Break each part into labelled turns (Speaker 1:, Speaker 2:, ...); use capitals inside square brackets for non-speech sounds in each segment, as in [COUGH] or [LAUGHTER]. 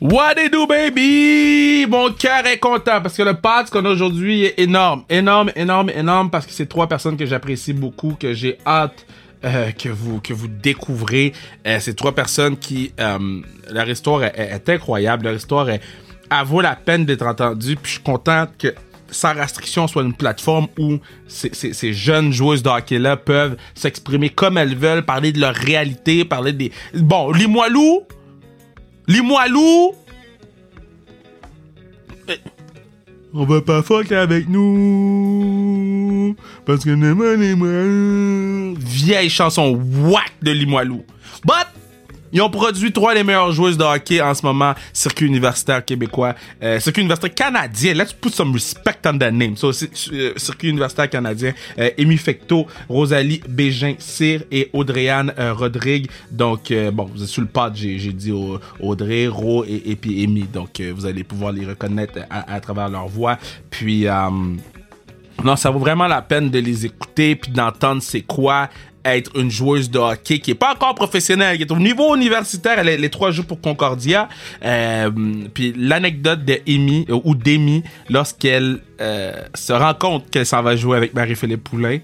Speaker 1: What it do, baby? Mon cœur est content parce que le pod qu'on a aujourd'hui est énorme. Énorme, énorme, énorme parce que c'est trois personnes que j'apprécie beaucoup, que j'ai hâte euh, que vous que vous découvrez. Euh, c'est trois personnes qui... euh, leur histoire est, est- est incroyable. Leur histoire est, elle vaut la peine d'être entendue. Puis je suis content que sans restriction soit une plateforme où ces, ces- ces jeunes joueuses de hockey-là peuvent s'exprimer comme elles veulent, parler de leur réalité, parler des... Bon, Limoilou, Limoilou. Eh, On va pas fuck avec nous. Parce que Nemo, Nemo. Vieille chanson whack de Limoilou. But. Ils ont produit trois des meilleures joueuses de hockey en ce moment, circuit universitaire québécois, euh, circuit universitaire canadien. Let's put some respect on the name. So, c'est- euh, circuit universitaire canadien, euh, Amy Fecto, Rosalie Bégin, Cyr et Audrey-Anne euh, Rodrigue. Donc, euh, bon, vous êtes sur le pod, j'ai j'ai dit au- Audrey, Ro et, et puis Amy. Donc, euh, vous allez pouvoir les reconnaître à, à travers leur voix. Puis, euh, non, ça vaut vraiment la peine de les écouter puis d'entendre c'est quoi être une joueuse de hockey qui est pas encore professionnelle, qui est au niveau universitaire. Elle est- les trois jours pour Concordia. Euh, puis l'anecdote de Amy euh, ou d'Amy lorsqu'elle euh, se rend compte qu'elle s'en va jouer avec Marie-Philippe Poulain,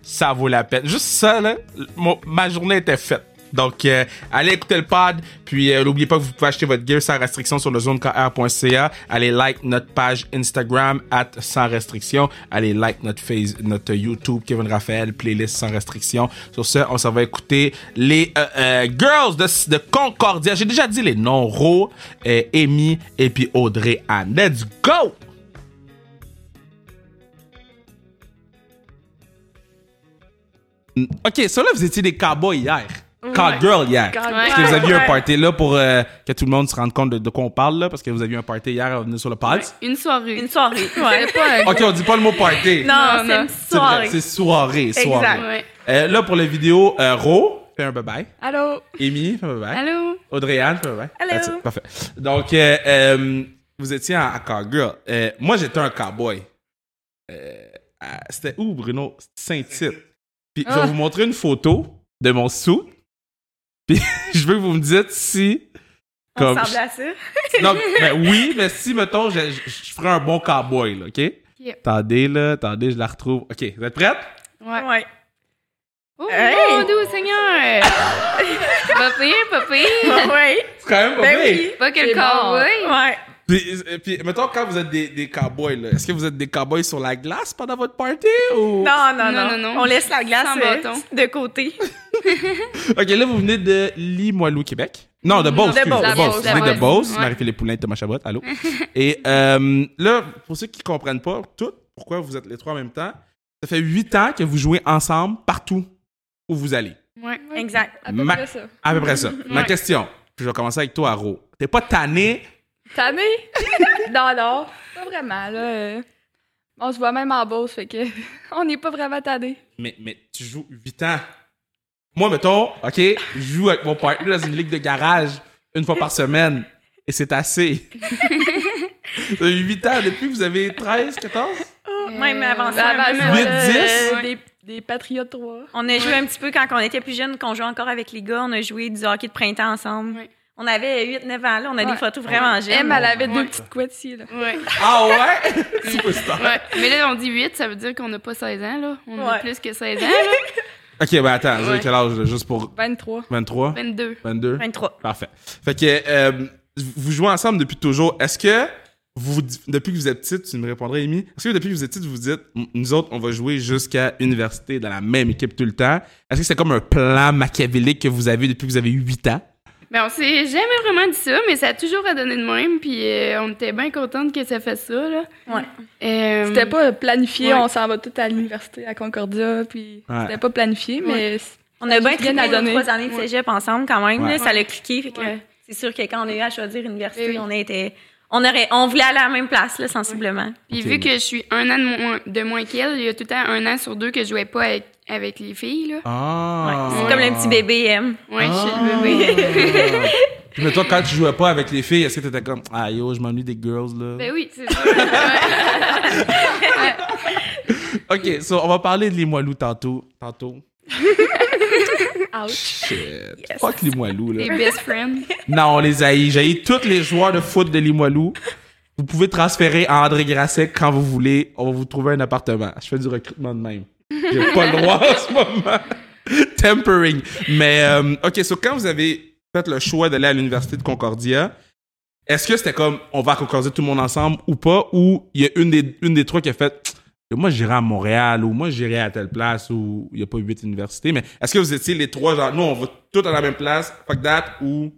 Speaker 1: ça vaut la peine. Juste ça, là, mon- ma journée était faite. Donc, euh, allez écouter le pod. Puis, euh, n'oubliez pas que vous pouvez acheter votre gear sans restriction sur le zonekr.ca. Allez like notre page Instagram, at sans restriction. Allez like notre, face, notre YouTube, Kevin Raphaël, playlist sans restriction. Sur ce, on s'en va écouter les euh, euh, Girls de, de Concordia. J'ai déjà dit les noms, Ro, euh, Amy et puis Audrey Anne. Let's go! OK, ça là, vous étiez des cowboys hier. Cowgirl hier.
Speaker 2: Cowgirl.
Speaker 1: Parce que vous aviez un
Speaker 2: Ouais.
Speaker 1: party là pour euh, que tout le monde se rende compte de, de quoi on parle là, parce que vous aviez un party hier à venir sur le pod.
Speaker 2: Une soirée.
Speaker 3: Une soirée.
Speaker 2: Ouais.
Speaker 3: C'est pas un-
Speaker 1: OK, on dit pas le mot party.
Speaker 2: Non,
Speaker 3: Non,
Speaker 2: c'est
Speaker 3: non.
Speaker 2: une
Speaker 1: C'est vrai,
Speaker 2: soirée.
Speaker 1: C'est soirée, soirée.
Speaker 2: Ouais.
Speaker 1: Euh, là, pour la vidéo, euh, Ro, fais un bye-bye.
Speaker 2: Allô?
Speaker 1: Amy, fais un bye-bye.
Speaker 2: Allô?
Speaker 1: Audrey-Anne, fais un bye.
Speaker 2: Hello.
Speaker 1: That's it, Parfait. Donc, euh, euh, vous étiez en- à Cowgirl. Euh, moi, j'étais un cowboy. Euh, à- C'était où, Bruno? Saint-Tite. Puis, je vais
Speaker 3: Ah.
Speaker 1: vous montrer une photo de mon sou. Puis, [LAUGHS] je veux que vous me dites si...
Speaker 2: On
Speaker 1: Comme-
Speaker 2: ressemble à ça?
Speaker 1: Non, mais oui, mais si, mettons, je, je, je ferais un bon cowboy, là, OK?
Speaker 3: Ok.
Speaker 1: Attendez, là, attendez, je la retrouve. OK, vous êtes prête?
Speaker 3: Ouais.
Speaker 2: Ouais.
Speaker 3: Oh
Speaker 2: Hey!
Speaker 3: mon dieu,
Speaker 4: [LAUGHS]
Speaker 3: Seigneur! pas pire, pas pire.
Speaker 2: ouais.
Speaker 1: C'est quand même pas
Speaker 2: Ben
Speaker 1: pire.
Speaker 2: oui.
Speaker 3: Pas que le
Speaker 2: C'est bon.
Speaker 3: cowboy.
Speaker 2: Ouais.
Speaker 1: Puis, euh, puis, mettons, quand vous êtes des, des cowboys, là, est-ce que vous êtes des cowboys sur la glace pendant votre party ou.
Speaker 2: Non, non, non,
Speaker 3: Non, non, non.
Speaker 2: On laisse la glace
Speaker 3: Sans
Speaker 2: euh,
Speaker 3: bâton.
Speaker 2: de côté.
Speaker 1: OK, là, vous venez de Limoilou, Québec. Non, de Beauce,
Speaker 2: De
Speaker 1: excuse,
Speaker 2: Beauce.
Speaker 1: de
Speaker 2: La
Speaker 1: Beauce.
Speaker 2: Beauce,
Speaker 1: Vous venez
Speaker 3: la
Speaker 1: de
Speaker 3: Beauce.
Speaker 1: Beauce.
Speaker 3: Ouais.
Speaker 1: Marie-Philippe Poulin, Thomas Chabot,
Speaker 2: [LAUGHS]
Speaker 1: allô? Et euh, là, pour ceux qui comprennent pas tout, pourquoi vous êtes les trois en même temps, ça fait huit ans que vous jouez ensemble partout où vous allez.
Speaker 3: Ouais.
Speaker 2: Exact.
Speaker 4: À peu
Speaker 1: Ma-
Speaker 4: près ça.
Speaker 1: À peu près ça. Ma
Speaker 3: Mm-hmm. Ouais.
Speaker 1: question, puis je vais commencer avec toi, Ro. T'es pas tanné?
Speaker 4: Tanné? [LAUGHS] non, non, pas vraiment, là. euh. On se voit même en Beauce, fait que [LAUGHS] on n'est pas vraiment tanné.
Speaker 1: mais, mais tu joues 8 ans. Moi, mettons, OK, je joue avec mon partner dans une ligue de garage une fois par semaine. Et c'est
Speaker 3: [LAUGHS]
Speaker 1: assez. 8 ans, depuis que vous avez 13, 14?
Speaker 2: Oh, même avant ça.
Speaker 4: Euh, Avant
Speaker 2: même,
Speaker 4: ça,
Speaker 1: Huit,
Speaker 2: euh,
Speaker 1: dix?
Speaker 4: euh, des, des Patriotes 3.
Speaker 2: On a joué un petit peu quand on était plus jeunes, qu'on jouait encore avec les gars. On a joué du hockey de printemps ensemble.
Speaker 3: Ouais.
Speaker 2: On avait 8-9 ans, là. On a des
Speaker 4: Ouais.
Speaker 2: photos vraiment
Speaker 4: M,
Speaker 2: jeunes.
Speaker 4: elle avait
Speaker 3: Ouais.
Speaker 4: deux petites couettes ici, là.
Speaker 3: Ouais.
Speaker 1: Ah
Speaker 3: [LAUGHS]
Speaker 1: ouais? Superstar.
Speaker 3: ouais. Mais là, on dit 8, ça veut dire qu'on n'a pas 16 ans, là. On a
Speaker 2: Ouais.
Speaker 3: plus que 16 ans,
Speaker 4: [LAUGHS]
Speaker 3: là.
Speaker 1: OK, ben attends, vous avez
Speaker 3: Ouais.
Speaker 1: quel âge? là? Juste pour
Speaker 4: 23.
Speaker 1: 23?
Speaker 3: 22.
Speaker 1: 22?
Speaker 2: 23.
Speaker 1: Parfait. Fait que euh, vous jouez ensemble depuis toujours. Est-ce que vous, depuis que vous êtes petite, tu me répondrais, Amy, est-ce que depuis que vous êtes petite, vous vous dites, M- nous autres, on va jouer jusqu'à université dans la même équipe tout le temps? Est-ce que c'est comme un plan machiavélique que vous avez depuis que vous avez 8 ans?
Speaker 3: Ben, on s'est jamais vraiment dit ça, mais ça a toujours à donner de même, puis euh, on était bien contente que ça fasse ça, là.
Speaker 2: Ouais.
Speaker 3: Euh,
Speaker 4: C'était pas planifié,
Speaker 3: Ouais.
Speaker 4: on s'en va tout à l'université à Concordia, puis
Speaker 1: Ouais.
Speaker 4: c'était pas planifié, mais c'est-
Speaker 2: On a bien
Speaker 4: Juste rien
Speaker 2: trippé
Speaker 4: à
Speaker 2: nos
Speaker 4: donner.
Speaker 2: trois années de
Speaker 3: Ouais.
Speaker 2: cégep ensemble quand même.
Speaker 1: Ouais.
Speaker 2: là. Ça l'a cliqué. fait que
Speaker 3: Ouais.
Speaker 2: C'est sûr que quand on a eu à choisir université,
Speaker 3: Eh oui.
Speaker 2: on était... On, aurait, on voulait aller à la même place, là, sensiblement.
Speaker 3: Puis
Speaker 1: Ok,
Speaker 3: vu
Speaker 1: mais-
Speaker 3: que je suis un an de moins, de moins qu'elle, il y a tout le temps un an sur deux que je jouais pas avec, avec les filles, là.
Speaker 1: Ah!
Speaker 2: Ouais. C'est comme le petit bébé hein, M.
Speaker 3: Ouais, je suis le bébé.
Speaker 1: Puis, [LAUGHS] mais toi, quand tu jouais pas avec les filles, est-ce que t'étais comme, ah yo, je m'ennuie des girls, là?
Speaker 3: Ben oui, c'est ça. Ouais.
Speaker 1: Ok, so, on va parler de les moilous tantôt. Tantôt.
Speaker 4: Ouch.
Speaker 1: Shit.
Speaker 2: Yes.
Speaker 1: Fuck Limoilou, là.
Speaker 3: Les best friends.
Speaker 1: Non, on les haït. J'ai tous les joueurs de foot de Limoilou. Vous pouvez transférer à André Grasset quand vous voulez. On va vous trouver un appartement. Je fais du recrutement de même. J'ai pas le droit en ce moment. Tempering. Mais, euh, OK, so quand vous avez fait le choix d'aller à l'Université de Concordia, est-ce que c'était comme on va à Concordia tout le monde ensemble ou pas? Ou il y a une des, une des trois qui a fait moi j'irai à Montréal ou moi j'irai à telle place ou il n'y a pas huit universités. Mais est-ce que vous étiez les trois genre nous on va tous à la même place, fuck that ou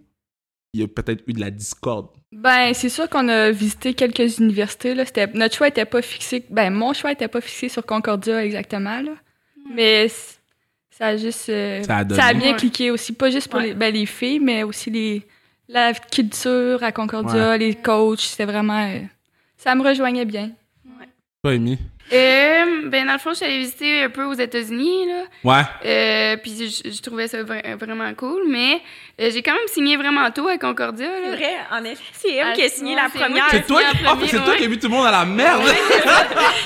Speaker 1: il y a peut-être eu de la discorde.
Speaker 4: Ben, c'est sûr qu'on a visité quelques universités. Là. C'était- Notre choix était pas fixé. Ben, mon choix était pas fixé sur Concordia exactement. Là. Mais c- ça a juste. euh,
Speaker 1: Ça a donné.
Speaker 4: bien
Speaker 3: Ouais.
Speaker 4: cliqué aussi. Pas juste pour
Speaker 3: Ouais.
Speaker 4: les, ben, les filles, mais aussi les, la culture à Concordia, les coachs. C'était vraiment. euh, ça me rejoignait bien.
Speaker 1: Pas Amy.
Speaker 3: Euh, ben, dans le fond, je suis allée visiter un peu aux États-Unis, là.
Speaker 1: Ouais.
Speaker 3: Euh, puis je, je trouvais ça vra- vraiment cool, mais euh, j'ai quand même signé vraiment tôt à Concordia. là.
Speaker 2: C'est vrai, en effet. C'est elle
Speaker 3: Ah,
Speaker 2: qui a signé
Speaker 3: ouais,
Speaker 2: la
Speaker 3: c'est moi
Speaker 2: première.
Speaker 3: qui ai
Speaker 1: C'est toi, qui...
Speaker 3: premier,
Speaker 1: ah, fait que c'est toi
Speaker 3: ouais.
Speaker 1: qui as mis tout le monde à la merde.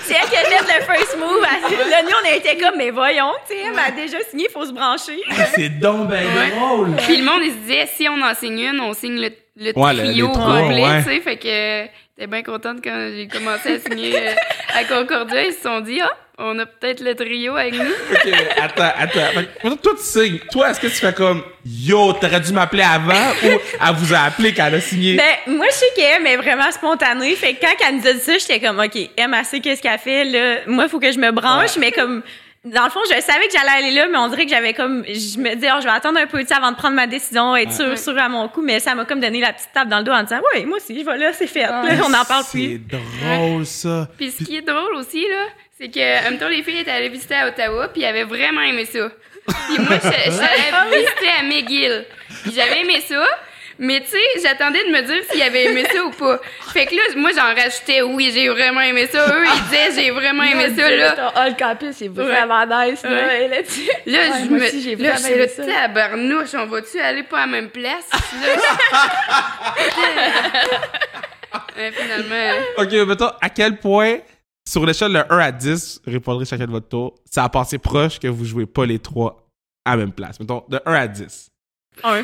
Speaker 2: C'est elle qui a fait le first
Speaker 3: [LAUGHS]
Speaker 2: move. Là, nous, on était comme, mais voyons, tu sais, elle a déjà signé, il faut se brancher.
Speaker 1: c'est donc ben
Speaker 3: Ouais.
Speaker 2: [LAUGHS]
Speaker 1: drôle.
Speaker 3: Puis le monde, il se disait, si on en signe une, on signe le, le
Speaker 1: Ouais, le-
Speaker 3: trio
Speaker 1: les
Speaker 3: au
Speaker 1: trois,
Speaker 3: complet,
Speaker 1: ouais.
Speaker 3: tu sais. Fait que euh, j'étais bien contente quand j'ai commencé à signer euh, à Concordia. Ils se sont dit, ah, on a peut-être le trio avec nous.
Speaker 1: Ok, mais attends, attends. Fait que, toi, tu signes. Toi, est-ce que tu fais comme Yo, t'aurais dû m'appeler avant ou elle vous a appelé quand elle a signé?
Speaker 2: Ben, moi, je sais qu'Em est vraiment spontanée. Fait que quand elle nous a dit ça, j'étais comme, OK, Em, elle sait qu'est-ce qu'elle fait. Là, moi, il faut que je me branche. Mais comme, dans le fond, je savais que j'allais aller là, mais on dirait que j'avais comme, je me disais, oh, je vais attendre un peu tu sais, avant de prendre ma décision, être sûre, sûre à mon coup. Mais ça m'a comme donné la petite tape dans le dos en disant, ouais, moi aussi, je vais là, c'est fait. Ben, Là, on n'en parle
Speaker 1: C'est
Speaker 2: plus.
Speaker 1: drôle, ça.
Speaker 3: Puis ce qui est drôle aussi, là, c'est que, en même temps, les filles étaient allées visiter à Ottawa, puis ils avaient vraiment aimé ça. Puis moi, je je suis allée visiter à McGill. Puis j'avais aimé ça, mais tu sais, j'attendais de me dire s'ils avaient aimé ça ou pas. Fait que là, moi, j'en rajoutais, oui, j'ai vraiment aimé ça. Eux, ils disaient, j'ai vraiment aimé ça, là.
Speaker 4: All campus, c'est
Speaker 3: vraiment
Speaker 4: nice.
Speaker 3: là. Ouais.
Speaker 4: là-dessus.
Speaker 3: Là,
Speaker 4: Ouais,
Speaker 3: je
Speaker 4: moi
Speaker 3: me.
Speaker 4: aussi, j'ai
Speaker 3: là,
Speaker 4: vraiment
Speaker 3: j'étais
Speaker 4: aimé
Speaker 3: là,
Speaker 4: ça.
Speaker 3: tabarnouche, on va-tu aller pas à la même place? [LAUGHS] Là. Ouais, finalement.
Speaker 1: Ok, mettons, à quel point, sur l'échelle de 1 à 10, répondrez chacun de votre tour, ça a passé proche que vous jouez pas les trois à la même place. Mettons, de 1 à 10.
Speaker 2: Un.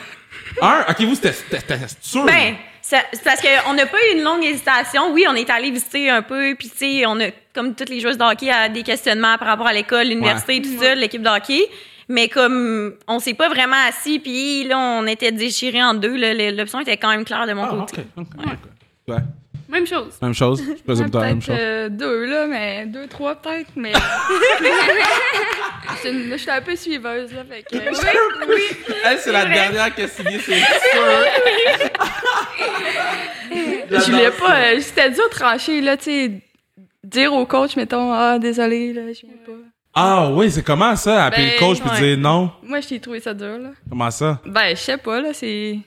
Speaker 1: 1, ok, vous, c'était- c'était c'était sûr.
Speaker 2: Ben, ça- c'est parce qu'on n'a pas eu une longue hésitation. Oui, on est allé visiter un peu, puis tu sais, on a, comme toutes les joueuses de hockey, à des questionnements par rapport à l'école, l'université, tout ça, l'équipe de hockey. Mais comme on s'est pas vraiment assis, puis là, on était déchirés en deux, là, le- l'option était quand même claire de mon
Speaker 1: Ah,
Speaker 2: côté.
Speaker 1: ok, ok, ok. Ouais.
Speaker 3: Même chose.
Speaker 1: Même chose, je présume que t'as la même chose.
Speaker 4: Peut-être euh, deux, là, mais deux, trois peut-être, mais. Je suis- je suis un peu suiveuse, là, fait que.
Speaker 1: [LAUGHS] Oui, Elle, c'est la
Speaker 2: vrai.
Speaker 1: dernière qui a signé, c'est sûr.
Speaker 4: Je voulais pas. euh, C'était dur de trancher, là, tu sais. Dire au coach, mettons, ah, désolé, là, je viens pas.
Speaker 1: Ah oui, c'est comment ça? Appeler
Speaker 4: Ben,
Speaker 1: le coach puis
Speaker 4: ouais.
Speaker 1: dire non?
Speaker 4: Moi, j'ai trouvé ça dur, là.
Speaker 1: Comment ça?
Speaker 4: Ben, je sais pas, là, c'est.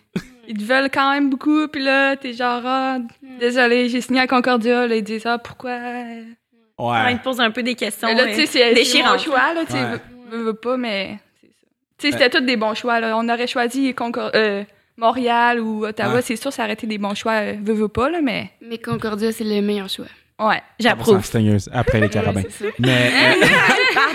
Speaker 4: Ils te veulent quand même beaucoup, puis là, t'es genre, ah, désolé, j'ai signé à Concordia, là, ils disent, ah, pourquoi?
Speaker 2: Ouais,
Speaker 1: Ouais.
Speaker 2: Ils te posent un peu des questions.
Speaker 4: Mais là, tu sais,
Speaker 2: euh,
Speaker 4: c'est c'est
Speaker 2: déchirant.
Speaker 4: mon choix, là, tu sais,
Speaker 1: Ouais.
Speaker 4: veux- veux- veux pas, mais. c'est ça. Tu sais, c'était tous des bons choix, là. On aurait choisi Concor- euh, Montréal ou Ottawa,
Speaker 1: Ouais.
Speaker 4: c'est sûr, ça aurait été des bons choix, euh, veux, veux pas, là, mais.
Speaker 3: Mais Concordia, c'est le meilleur choix.
Speaker 4: Ouais.
Speaker 2: J'approuve.
Speaker 1: Abstingueuse, après les carabins. Mais,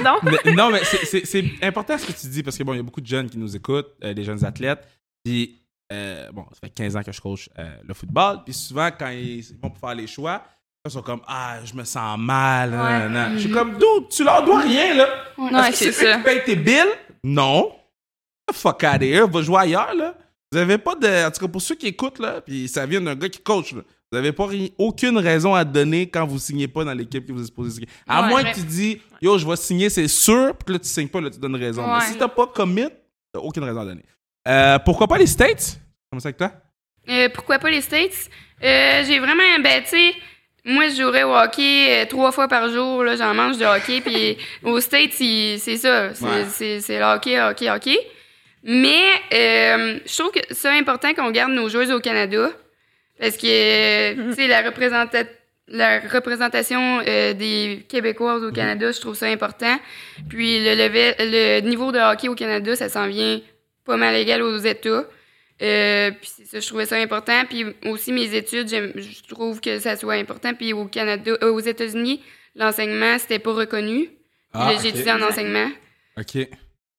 Speaker 2: Pardon.
Speaker 1: euh, mais- non, mais c'est- c'est c'est important ce que tu dis parce que bon, il y a beaucoup de jeunes qui nous écoutent, euh, des jeunes athlètes. Puis, euh, bon, ça fait 15 ans que je coach euh, le football. Puis souvent, quand ils vont pour faire les choix, ils sont comme Ah, je me sens mal. nan, nan. Je suis comme D'où? Tu leur dois rien, là.
Speaker 3: Ah,
Speaker 4: Ouais,
Speaker 1: Est-ce que
Speaker 4: c'est
Speaker 1: c'est eux
Speaker 4: ça.
Speaker 1: qui payent tes billes? Non. Fuck out of here, va jouer ailleurs, là. Vous avez pas de. En tout cas, pour ceux qui écoutent, là, puis ça vient d'un gars qui coach, là. Vous avez pas ri- aucune raison à donner quand vous signez pas dans l'équipe que vous êtes supposé signer. À
Speaker 3: Ouais,
Speaker 1: moins
Speaker 3: vrai.
Speaker 1: que tu dis, yo, je vais signer, c'est sûr, puis que là, tu signes pas, là, tu donnes raison.
Speaker 4: Ouais.
Speaker 1: Mais si t'as pas commit, t'as aucune raison à donner. Euh, pourquoi pas les States? Comment ça avec toi?
Speaker 3: Euh, pourquoi pas les States? Euh, j'ai vraiment, ben, tu sais, moi, je jouerais au hockey euh, trois fois par jour, là, j'en mange du hockey, puis aux States, ils- c'est ça, c'est,
Speaker 1: Ouais.
Speaker 3: c'est, c'est le hockey, hockey, hockey. Mais euh, je trouve que c'est important qu'on garde nos joueuses au Canada, parce que, euh, tu sais, la, représenta- la représentation euh, des Québécoises au Canada, je trouve ça important. Puis le, level- le niveau de hockey au Canada, ça s'en vient pas mal égal aux États. Euh, puis c'est ça, je trouvais ça important. Puis aussi mes études, j'aime- je trouve que ça soit important. Puis au Canada, euh, aux
Speaker 1: Ah,
Speaker 3: États-Unis, l'enseignement, c'était pas reconnu. Puis là, j'ai étudié en enseignement.
Speaker 1: OK.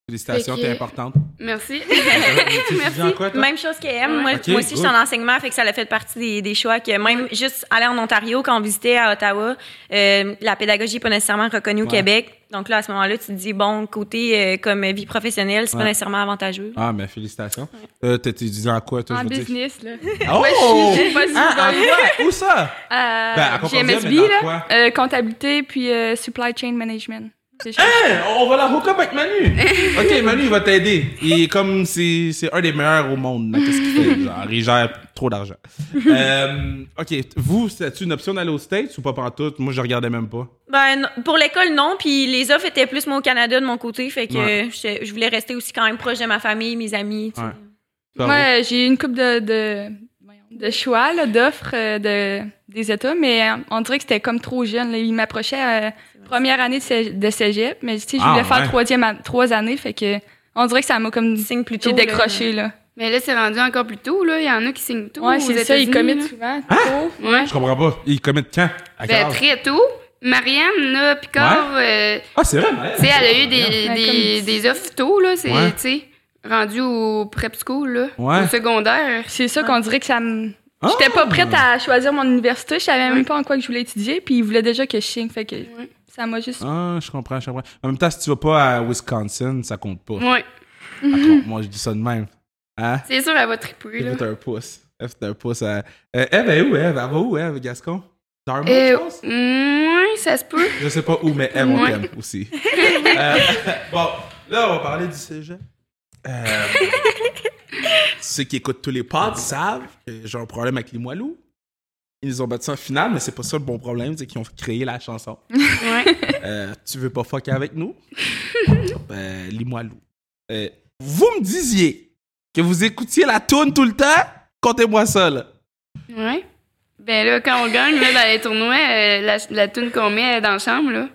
Speaker 1: Félicitations,
Speaker 3: Ah, Ok.
Speaker 1: t'es importante.
Speaker 3: Merci. [LAUGHS]
Speaker 5: Tu dis en quoi, toi?
Speaker 2: Même chose qu'elle aime. Moi,
Speaker 5: Ok,
Speaker 2: moi aussi, je suis
Speaker 5: good.
Speaker 2: en enseignement, fait que ça a fait partie des, des choix que même juste aller en Ontario, quand on visitait à Ottawa, euh, la pédagogie n'est pas nécessairement reconnue au
Speaker 5: Ouais.
Speaker 2: Québec. Donc là, à ce moment-là, tu te dis, bon, côté euh, comme vie professionnelle, c'est
Speaker 5: Ouais.
Speaker 2: pas nécessairement avantageux.
Speaker 1: Ah, mais félicitations. Euh, t'es étudiant en quoi, toi?
Speaker 4: En
Speaker 1: je veux dire?
Speaker 4: business, là.
Speaker 5: Oh!
Speaker 4: J'ai pas
Speaker 5: Ah, ah, ouais, Où ça?
Speaker 4: Euh,
Speaker 5: Ben, à Concordia, mais
Speaker 4: GMSB,
Speaker 5: dans
Speaker 4: là.
Speaker 5: quoi?
Speaker 4: Euh, comptabilité, puis euh, supply chain management. C'est ça.
Speaker 5: Hein, On va la hook up avec Manu.
Speaker 1: [LAUGHS] Ok, Manu, il va t'aider. Et comme c'est c'est un des meilleurs au monde, là, qu'est-ce qu'il
Speaker 5: [LAUGHS]
Speaker 1: fait? Genre, il gère trop d'argent. Euh, ok, vous, c'est-tu une option d'aller aux States ou pas partout? Moi, je regardais même pas.
Speaker 2: Ben, non- pour l'école, non. Puis les offres étaient plus, moi, au Canada de mon côté. Fait que
Speaker 1: Ouais.
Speaker 2: euh, j'étais- je, voulais rester aussi quand même proche de ma famille, mes amis. tu sais.
Speaker 1: Ouais. Pas
Speaker 4: Moi,
Speaker 1: vrai.
Speaker 4: euh, j'ai eu une coupe de, de, de choix, là, d'offres euh, de, des États, mais euh, on dirait que c'était comme trop jeune. là. Ils m'approchaient euh, première année de, cé- de cégep, mais tu sais, je
Speaker 1: Ah,
Speaker 4: voulais faire
Speaker 1: ouais.
Speaker 4: troisième an- trois années, fait que on dirait que ça m'a comme...
Speaker 2: Signe plus tôt,
Speaker 4: J'ai
Speaker 2: là.
Speaker 4: décroché, là.
Speaker 3: Mais là, c'est rendu encore plus tôt, là. Il y en a qui signent tôt.
Speaker 4: Ouais,
Speaker 3: aux
Speaker 4: c'est ça, ils
Speaker 3: États-Unis,
Speaker 4: commettent
Speaker 3: là.
Speaker 4: souvent
Speaker 1: Hein?
Speaker 4: tôt.
Speaker 3: Ouais.
Speaker 1: Je comprends pas. Ils commettent quand? À quelle
Speaker 3: Ben,
Speaker 1: heure?
Speaker 3: très tôt. Marianne, là, Picard, euh,
Speaker 1: Ah, c'est vrai, Marianne.
Speaker 3: tu sais, elle a eu des, des,
Speaker 4: Ouais,
Speaker 3: des offres tôt, là. C'est,
Speaker 1: Ouais.
Speaker 3: tu sais, rendu au prep school, là.
Speaker 1: Ouais.
Speaker 3: Au secondaire.
Speaker 4: C'est ça qu'on dirait que ça me...
Speaker 1: Ah!
Speaker 4: J'étais pas prête à choisir mon université, je savais même pas en quoi que je voulais étudier, puis ils voulaient déjà que je signe, fait que ça m'a juste...
Speaker 1: Ah, je comprends, je comprends. En même temps, si tu vas pas à Wisconsin, ça compte pas.
Speaker 3: Ouais.
Speaker 1: Ça compte. Moi, je dis ça de même. Hein?
Speaker 3: C'est sûr, elle va triper, là.
Speaker 1: F, t'as un pouce. F, t'as un pouce. à- Euh, Eve, elle est où, Eve? Elle va où, Eve, Gascon? Dartmouth, je
Speaker 3: Euh,
Speaker 1: pense?
Speaker 3: ouais, ça se peut.
Speaker 1: Je sais pas où, mais Eve, on
Speaker 3: Ouais.
Speaker 1: t'aime aussi. Euh, bon, là, on va parler du sujet. Euh, ceux qui écoutent tous les pods savent que j'ai un problème avec les Moilous. Ils ont battu en finale, mais c'est pas ça le bon problème, c'est qu'ils ont créé la chanson.
Speaker 3: Ouais.
Speaker 1: Euh, tu veux pas fucker avec nous? ben, les Moilous. Euh, vous me disiez que vous écoutiez la tourne tout le temps? Comptez-moi ça, là.
Speaker 3: Ouais. Ben là, quand on gagne, là, dans les tournois, euh, la, la toune qu'on met euh, dans la chambre, là,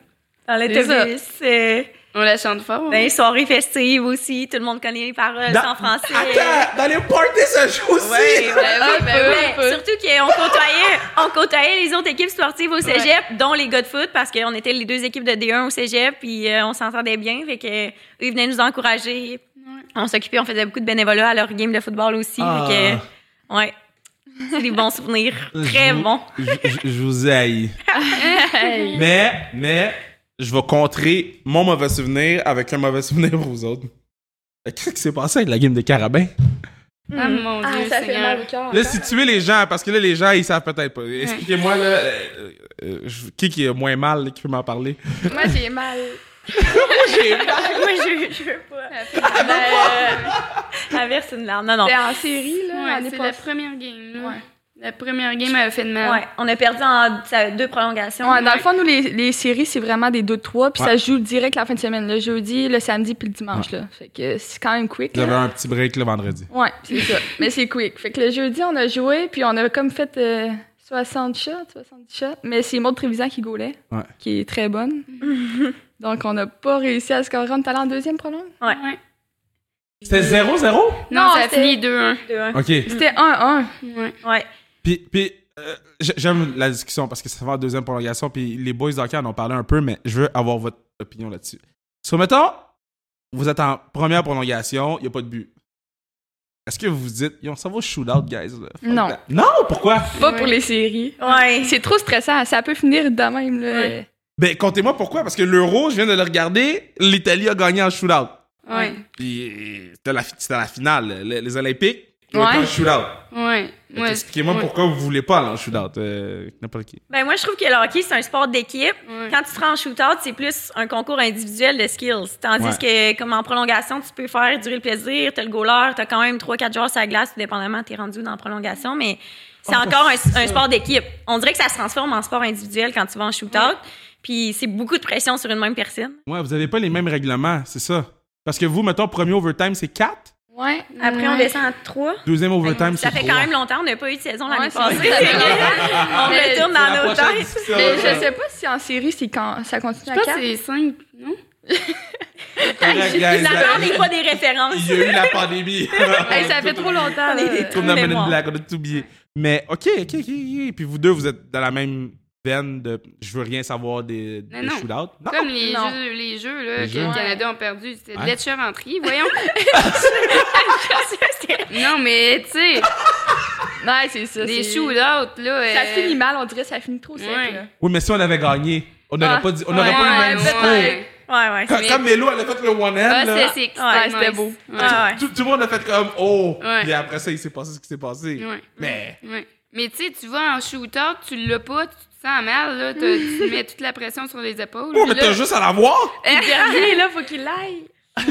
Speaker 2: Dans l'autobus. euh,
Speaker 3: on la chante fort.
Speaker 2: dans
Speaker 4: Ben,
Speaker 2: les soirées festives aussi. Tout le monde connaît les paroles
Speaker 1: Dans-
Speaker 2: c'est en français.
Speaker 1: Attends, dans les parties, ça joue aussi!
Speaker 2: Ouais, ben oui, ben
Speaker 3: Un peu,
Speaker 2: oui.
Speaker 3: un peu.
Speaker 2: Surtout qu'on côtoyait, on côtoyait les autres équipes sportives au cégep, dont les gars de foot, parce qu'on était les deux équipes de D1 au cégep, puis euh, on s'entendait bien. Fait que, euh, ils venaient nous encourager. On s'occupait, on faisait beaucoup de bénévolat à leur game de football aussi.
Speaker 1: Ah.
Speaker 2: Fait que, ouais. C'est des bons souvenirs. Très
Speaker 1: Je vous-
Speaker 2: bons.
Speaker 1: je, je- je vous ai haï. mais, mais, je vais contrer mon mauvais souvenir avec un mauvais souvenir pour vous autres. Euh, Qu'est-ce qui s'est passé avec la game des carabins?
Speaker 3: Ah, mon Dieu, Seigneur.
Speaker 4: cœur.
Speaker 1: Là, situez les gens, parce que là, les gens, ils savent peut-être pas. Expliquez-moi, là, euh, euh, je- qui qui est moins mal, là, qui peut m'en parler?
Speaker 4: Moi, j'ai mal.
Speaker 2: Moi, je, je veux pas.
Speaker 3: Ah,
Speaker 2: Elle verse une larme. Non, non.
Speaker 4: C'était en série, là,
Speaker 3: Ouais,
Speaker 4: l'année
Speaker 3: c'est la
Speaker 4: passée.
Speaker 3: première game, là.
Speaker 4: Ouais.
Speaker 3: La première game, elle a fait de mal.
Speaker 2: Ouais, on a perdu en ça, deux prolongations.
Speaker 4: Ouais, dans le fond, nous, les, les séries, c'est vraiment des 2-3, puis
Speaker 1: Ouais.
Speaker 4: ça se joue direct la fin de semaine, le jeudi, le samedi, puis le dimanche. Là. Fait que c'est quand même quick.
Speaker 1: Vous avez
Speaker 4: Là.
Speaker 1: un petit break le vendredi.
Speaker 4: Ouais, c'est ça. Mais c'est quick. Fait que le jeudi, on a joué, puis on a comme fait euh, 60 shots, 70 shots. Mais c'est Maud Trévisan qui gaulait,
Speaker 1: Ouais.
Speaker 4: qui est très
Speaker 2: [LAUGHS]
Speaker 4: bonne. Donc, on n'a pas réussi à scorer. On est allé en deuxième, probablement?
Speaker 3: Ouais.
Speaker 1: C'était 0-0?
Speaker 3: Non,
Speaker 4: Non,
Speaker 3: ça a
Speaker 4: c'était-
Speaker 3: fini 2-1.
Speaker 2: Deux, un.
Speaker 1: OK.
Speaker 4: C'était 1-1.
Speaker 3: Ouais.
Speaker 2: Ouais.
Speaker 1: Puis, puis euh, j'ai- j'aime la discussion parce que ça va en deuxième prolongation. Puis les boys d'hockey en ont parlé un peu, mais je veux avoir votre opinion là-dessus. So, mettons, vous êtes en première prolongation, il n'y a pas de but. Est-ce que vous vous dites, Yo, ça va au shootout, guys? là? Fuck
Speaker 4: Non.
Speaker 1: that. Non, pourquoi?
Speaker 4: Pas
Speaker 3: Ouais.
Speaker 4: pour les séries.
Speaker 2: Ouais.
Speaker 4: C'est trop stressant. Ça peut finir de même, là.
Speaker 2: Ouais.
Speaker 1: Ben, comptez-moi pourquoi. Parce que l'Euro, je viens de le regarder, l'Italie a gagné en shootout.
Speaker 3: Ouais.
Speaker 1: Puis c'était la, fi- c'était la finale, les, les Olympiques. ils ont
Speaker 4: Ouais.
Speaker 1: été En shootout.
Speaker 3: Ouais. Ouais.
Speaker 1: Expliquez-moi
Speaker 3: Ouais.
Speaker 1: pourquoi vous voulez pas aller en shootout. euh, n'importe qui.
Speaker 2: Ben moi, je trouve que le hockey, c'est un sport d'équipe.
Speaker 3: Ouais.
Speaker 2: Quand tu te rends en shootout, c'est plus un concours individuel de skills. Tandis que, comme en prolongation, tu peux faire durer le plaisir, t'as le goaler, t'as quand même 3-4 joueurs sur la glace, tout dépendamment, t'es rendu où dans la prolongation, mais c'est
Speaker 1: Oh,
Speaker 2: encore un, un sport d'équipe. On dirait que ça se transforme en sport individuel quand tu vas en shootout, puis c'est beaucoup de pression sur une même personne.
Speaker 1: Ouais, vous avez pas les mêmes règlements, c'est ça. Parce que vous, mettons, premier overtime, c'est 4.
Speaker 4: Ouais.
Speaker 2: Après, on
Speaker 3: Ouais.
Speaker 2: descend à 3.
Speaker 1: Deuxième overtime, c'est
Speaker 2: Ça fait
Speaker 1: 3.
Speaker 2: quand même longtemps, on n'a pas eu de saison l'année
Speaker 4: Ouais, c'est
Speaker 2: passée.
Speaker 4: vrai, ça fait
Speaker 2: [LAUGHS] on
Speaker 3: Mais
Speaker 2: retourne
Speaker 1: C'est la
Speaker 2: dans nos
Speaker 1: prochaine
Speaker 2: têtes.
Speaker 1: discussion,
Speaker 4: Mais
Speaker 1: ça.
Speaker 4: je sais pas si en série, c'est quand ça continue
Speaker 3: Je
Speaker 4: à
Speaker 3: pense que
Speaker 4: 4.
Speaker 3: c'est 5, non?
Speaker 1: Correct, guys,
Speaker 2: La
Speaker 1: la-
Speaker 2: on n'est pas des références.
Speaker 1: [LAUGHS]
Speaker 2: [LAUGHS]
Speaker 1: Il y a eu la pandémie.
Speaker 4: Hey, ça fait trop longtemps. là.
Speaker 2: Allez.
Speaker 1: On a mené
Speaker 2: Mémoire.
Speaker 1: une blague, on a tout oublié. Mais OK, OK, OK, OK. Puis vous deux, vous êtes dans la même veine de je veux rien savoir des,
Speaker 3: Mais
Speaker 1: des
Speaker 3: non.
Speaker 1: shootouts. Non,
Speaker 3: Comme les
Speaker 4: Non.
Speaker 3: jeux, les jeux là,
Speaker 1: Ah, Les
Speaker 3: que
Speaker 1: jeux.
Speaker 3: le Canada ont perdu, c'était
Speaker 1: Ouais.
Speaker 3: de Letcher Entry, voyons.
Speaker 2: C'était-
Speaker 3: non, mais tu sais,
Speaker 4: Ouais, c'est ça.
Speaker 3: des
Speaker 4: c'est-
Speaker 3: shootouts, là.
Speaker 4: Ça
Speaker 3: euh,
Speaker 4: finit mal, on dirait, ça finit trop sec.
Speaker 3: Ouais.
Speaker 4: là.
Speaker 1: Oui, mais si on avait gagné, on n'aurait
Speaker 4: Ah,
Speaker 1: pas, dit- on n'aurait
Speaker 4: ouais,
Speaker 1: pas eu le même
Speaker 4: ouais,
Speaker 1: discours.
Speaker 4: ouais.
Speaker 2: Ouais, ouais.
Speaker 1: Quand,
Speaker 3: Mais-
Speaker 1: quand Melo, elle a fait le one-hand, là,
Speaker 3: Ah, c'est- c'est
Speaker 2: Ouais,
Speaker 3: extrêmement
Speaker 4: c'était beau.
Speaker 3: nice. Ouais.
Speaker 2: Ah, ouais.
Speaker 1: tout, tout le monde a fait comme « Oh!
Speaker 3: Ouais.
Speaker 1: Et après ça, il s'est passé ce qui s'est passé.
Speaker 3: Ouais.
Speaker 1: Mais...
Speaker 3: Ouais. Mais tu sais, tu vas en shooter, tu l'as pas, tu te sens mal, là, t'as- tu mets toute la pression sur les épaules.
Speaker 1: Oh, mais
Speaker 3: Là,
Speaker 1: t'as juste à la voir!
Speaker 4: Le dernier, là, faut qu'il l'aille.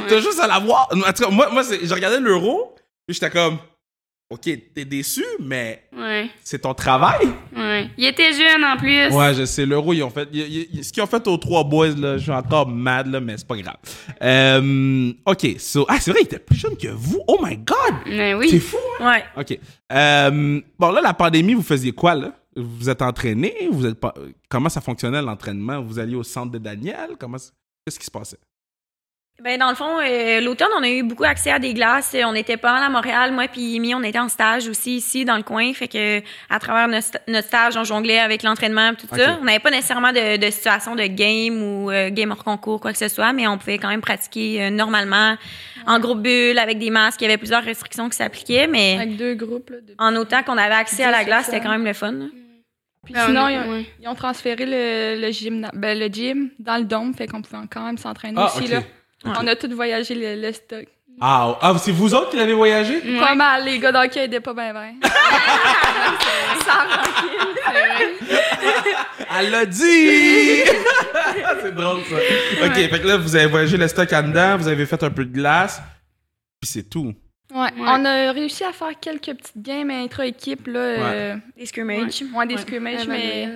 Speaker 1: T'as juste à la voir! En tout cas, moi, moi c'est- je regardais l'euro, puis j'étais comme « Ok, t'es déçu, mais
Speaker 3: Ouais,
Speaker 1: c'est ton travail!
Speaker 3: ouais. Il était jeune en plus. »
Speaker 1: Ouais, je sais, l'euro, ils ont fait... ils- ils- ils- ce qu'ils ont fait aux trois boys, là, je suis encore mad, là, mais c'est pas grave. Euh, ok, so... Ah, c'est vrai, il était plus jeune que vous! Oh my God!
Speaker 3: Mais
Speaker 1: C'est
Speaker 3: oui.
Speaker 1: fou!
Speaker 2: Ouais.
Speaker 1: OK. Euh, bon, là, la pandémie, vous faisiez quoi, là? Vous vous êtes entraîné? Vous êtes pas... euh, Comment ça fonctionnait, l'entraînement? Vous alliez au centre de Daniel? Comment... ça- Qu'est-ce qui se passait?
Speaker 2: Ben dans le fond, euh, l'automne, on a eu beaucoup accès à des glaces. On était pas mal à Montréal, moi puis Amy, on était en stage aussi ici dans le coin. Fait que à travers notre, sta- notre stage, on jonglait avec l'entraînement et tout
Speaker 1: Ok.
Speaker 2: ça. On n'avait pas nécessairement de, de situation de game ou euh, game hors concours, quoi que ce soit, mais on pouvait quand même pratiquer euh, normalement en groupe bulle avec des masques. Il y avait plusieurs restrictions qui s'appliquaient, mais
Speaker 4: Avec deux groupes, là. de-
Speaker 2: en autant qu'on avait accès à la
Speaker 4: Dix
Speaker 2: glace, c'était
Speaker 4: personnes.
Speaker 2: quand même le fun. hein. là.
Speaker 4: Puis
Speaker 3: Ben, on
Speaker 4: sinon,
Speaker 3: est-
Speaker 4: ils ont,
Speaker 3: ouais.
Speaker 4: ils ont transféré le, le gym, ben, le gym dans le dôme, fait qu'on pouvait quand même s'entraîner
Speaker 1: Ah,
Speaker 4: aussi,
Speaker 1: ok.
Speaker 4: là.
Speaker 1: Ok.
Speaker 4: On a tous voyagé le, le stock.
Speaker 1: Ah, ah, c'est vous autres qui l'avez voyagé?
Speaker 3: Ouais.
Speaker 4: Pas mal, les gars d'hockey aidaient pas bien, bien.
Speaker 1: Elle l'a dit! [LAUGHS] c'est drôle, ça. OK, fait que là, vous avez voyagé le stock en dedans, vous avez fait un peu de glace, puis c'est tout.
Speaker 4: Ouais. On a réussi à faire quelques petites games intra-équipe, là. euh,
Speaker 2: Des scrimmages.
Speaker 4: moins des scrimmages, mais...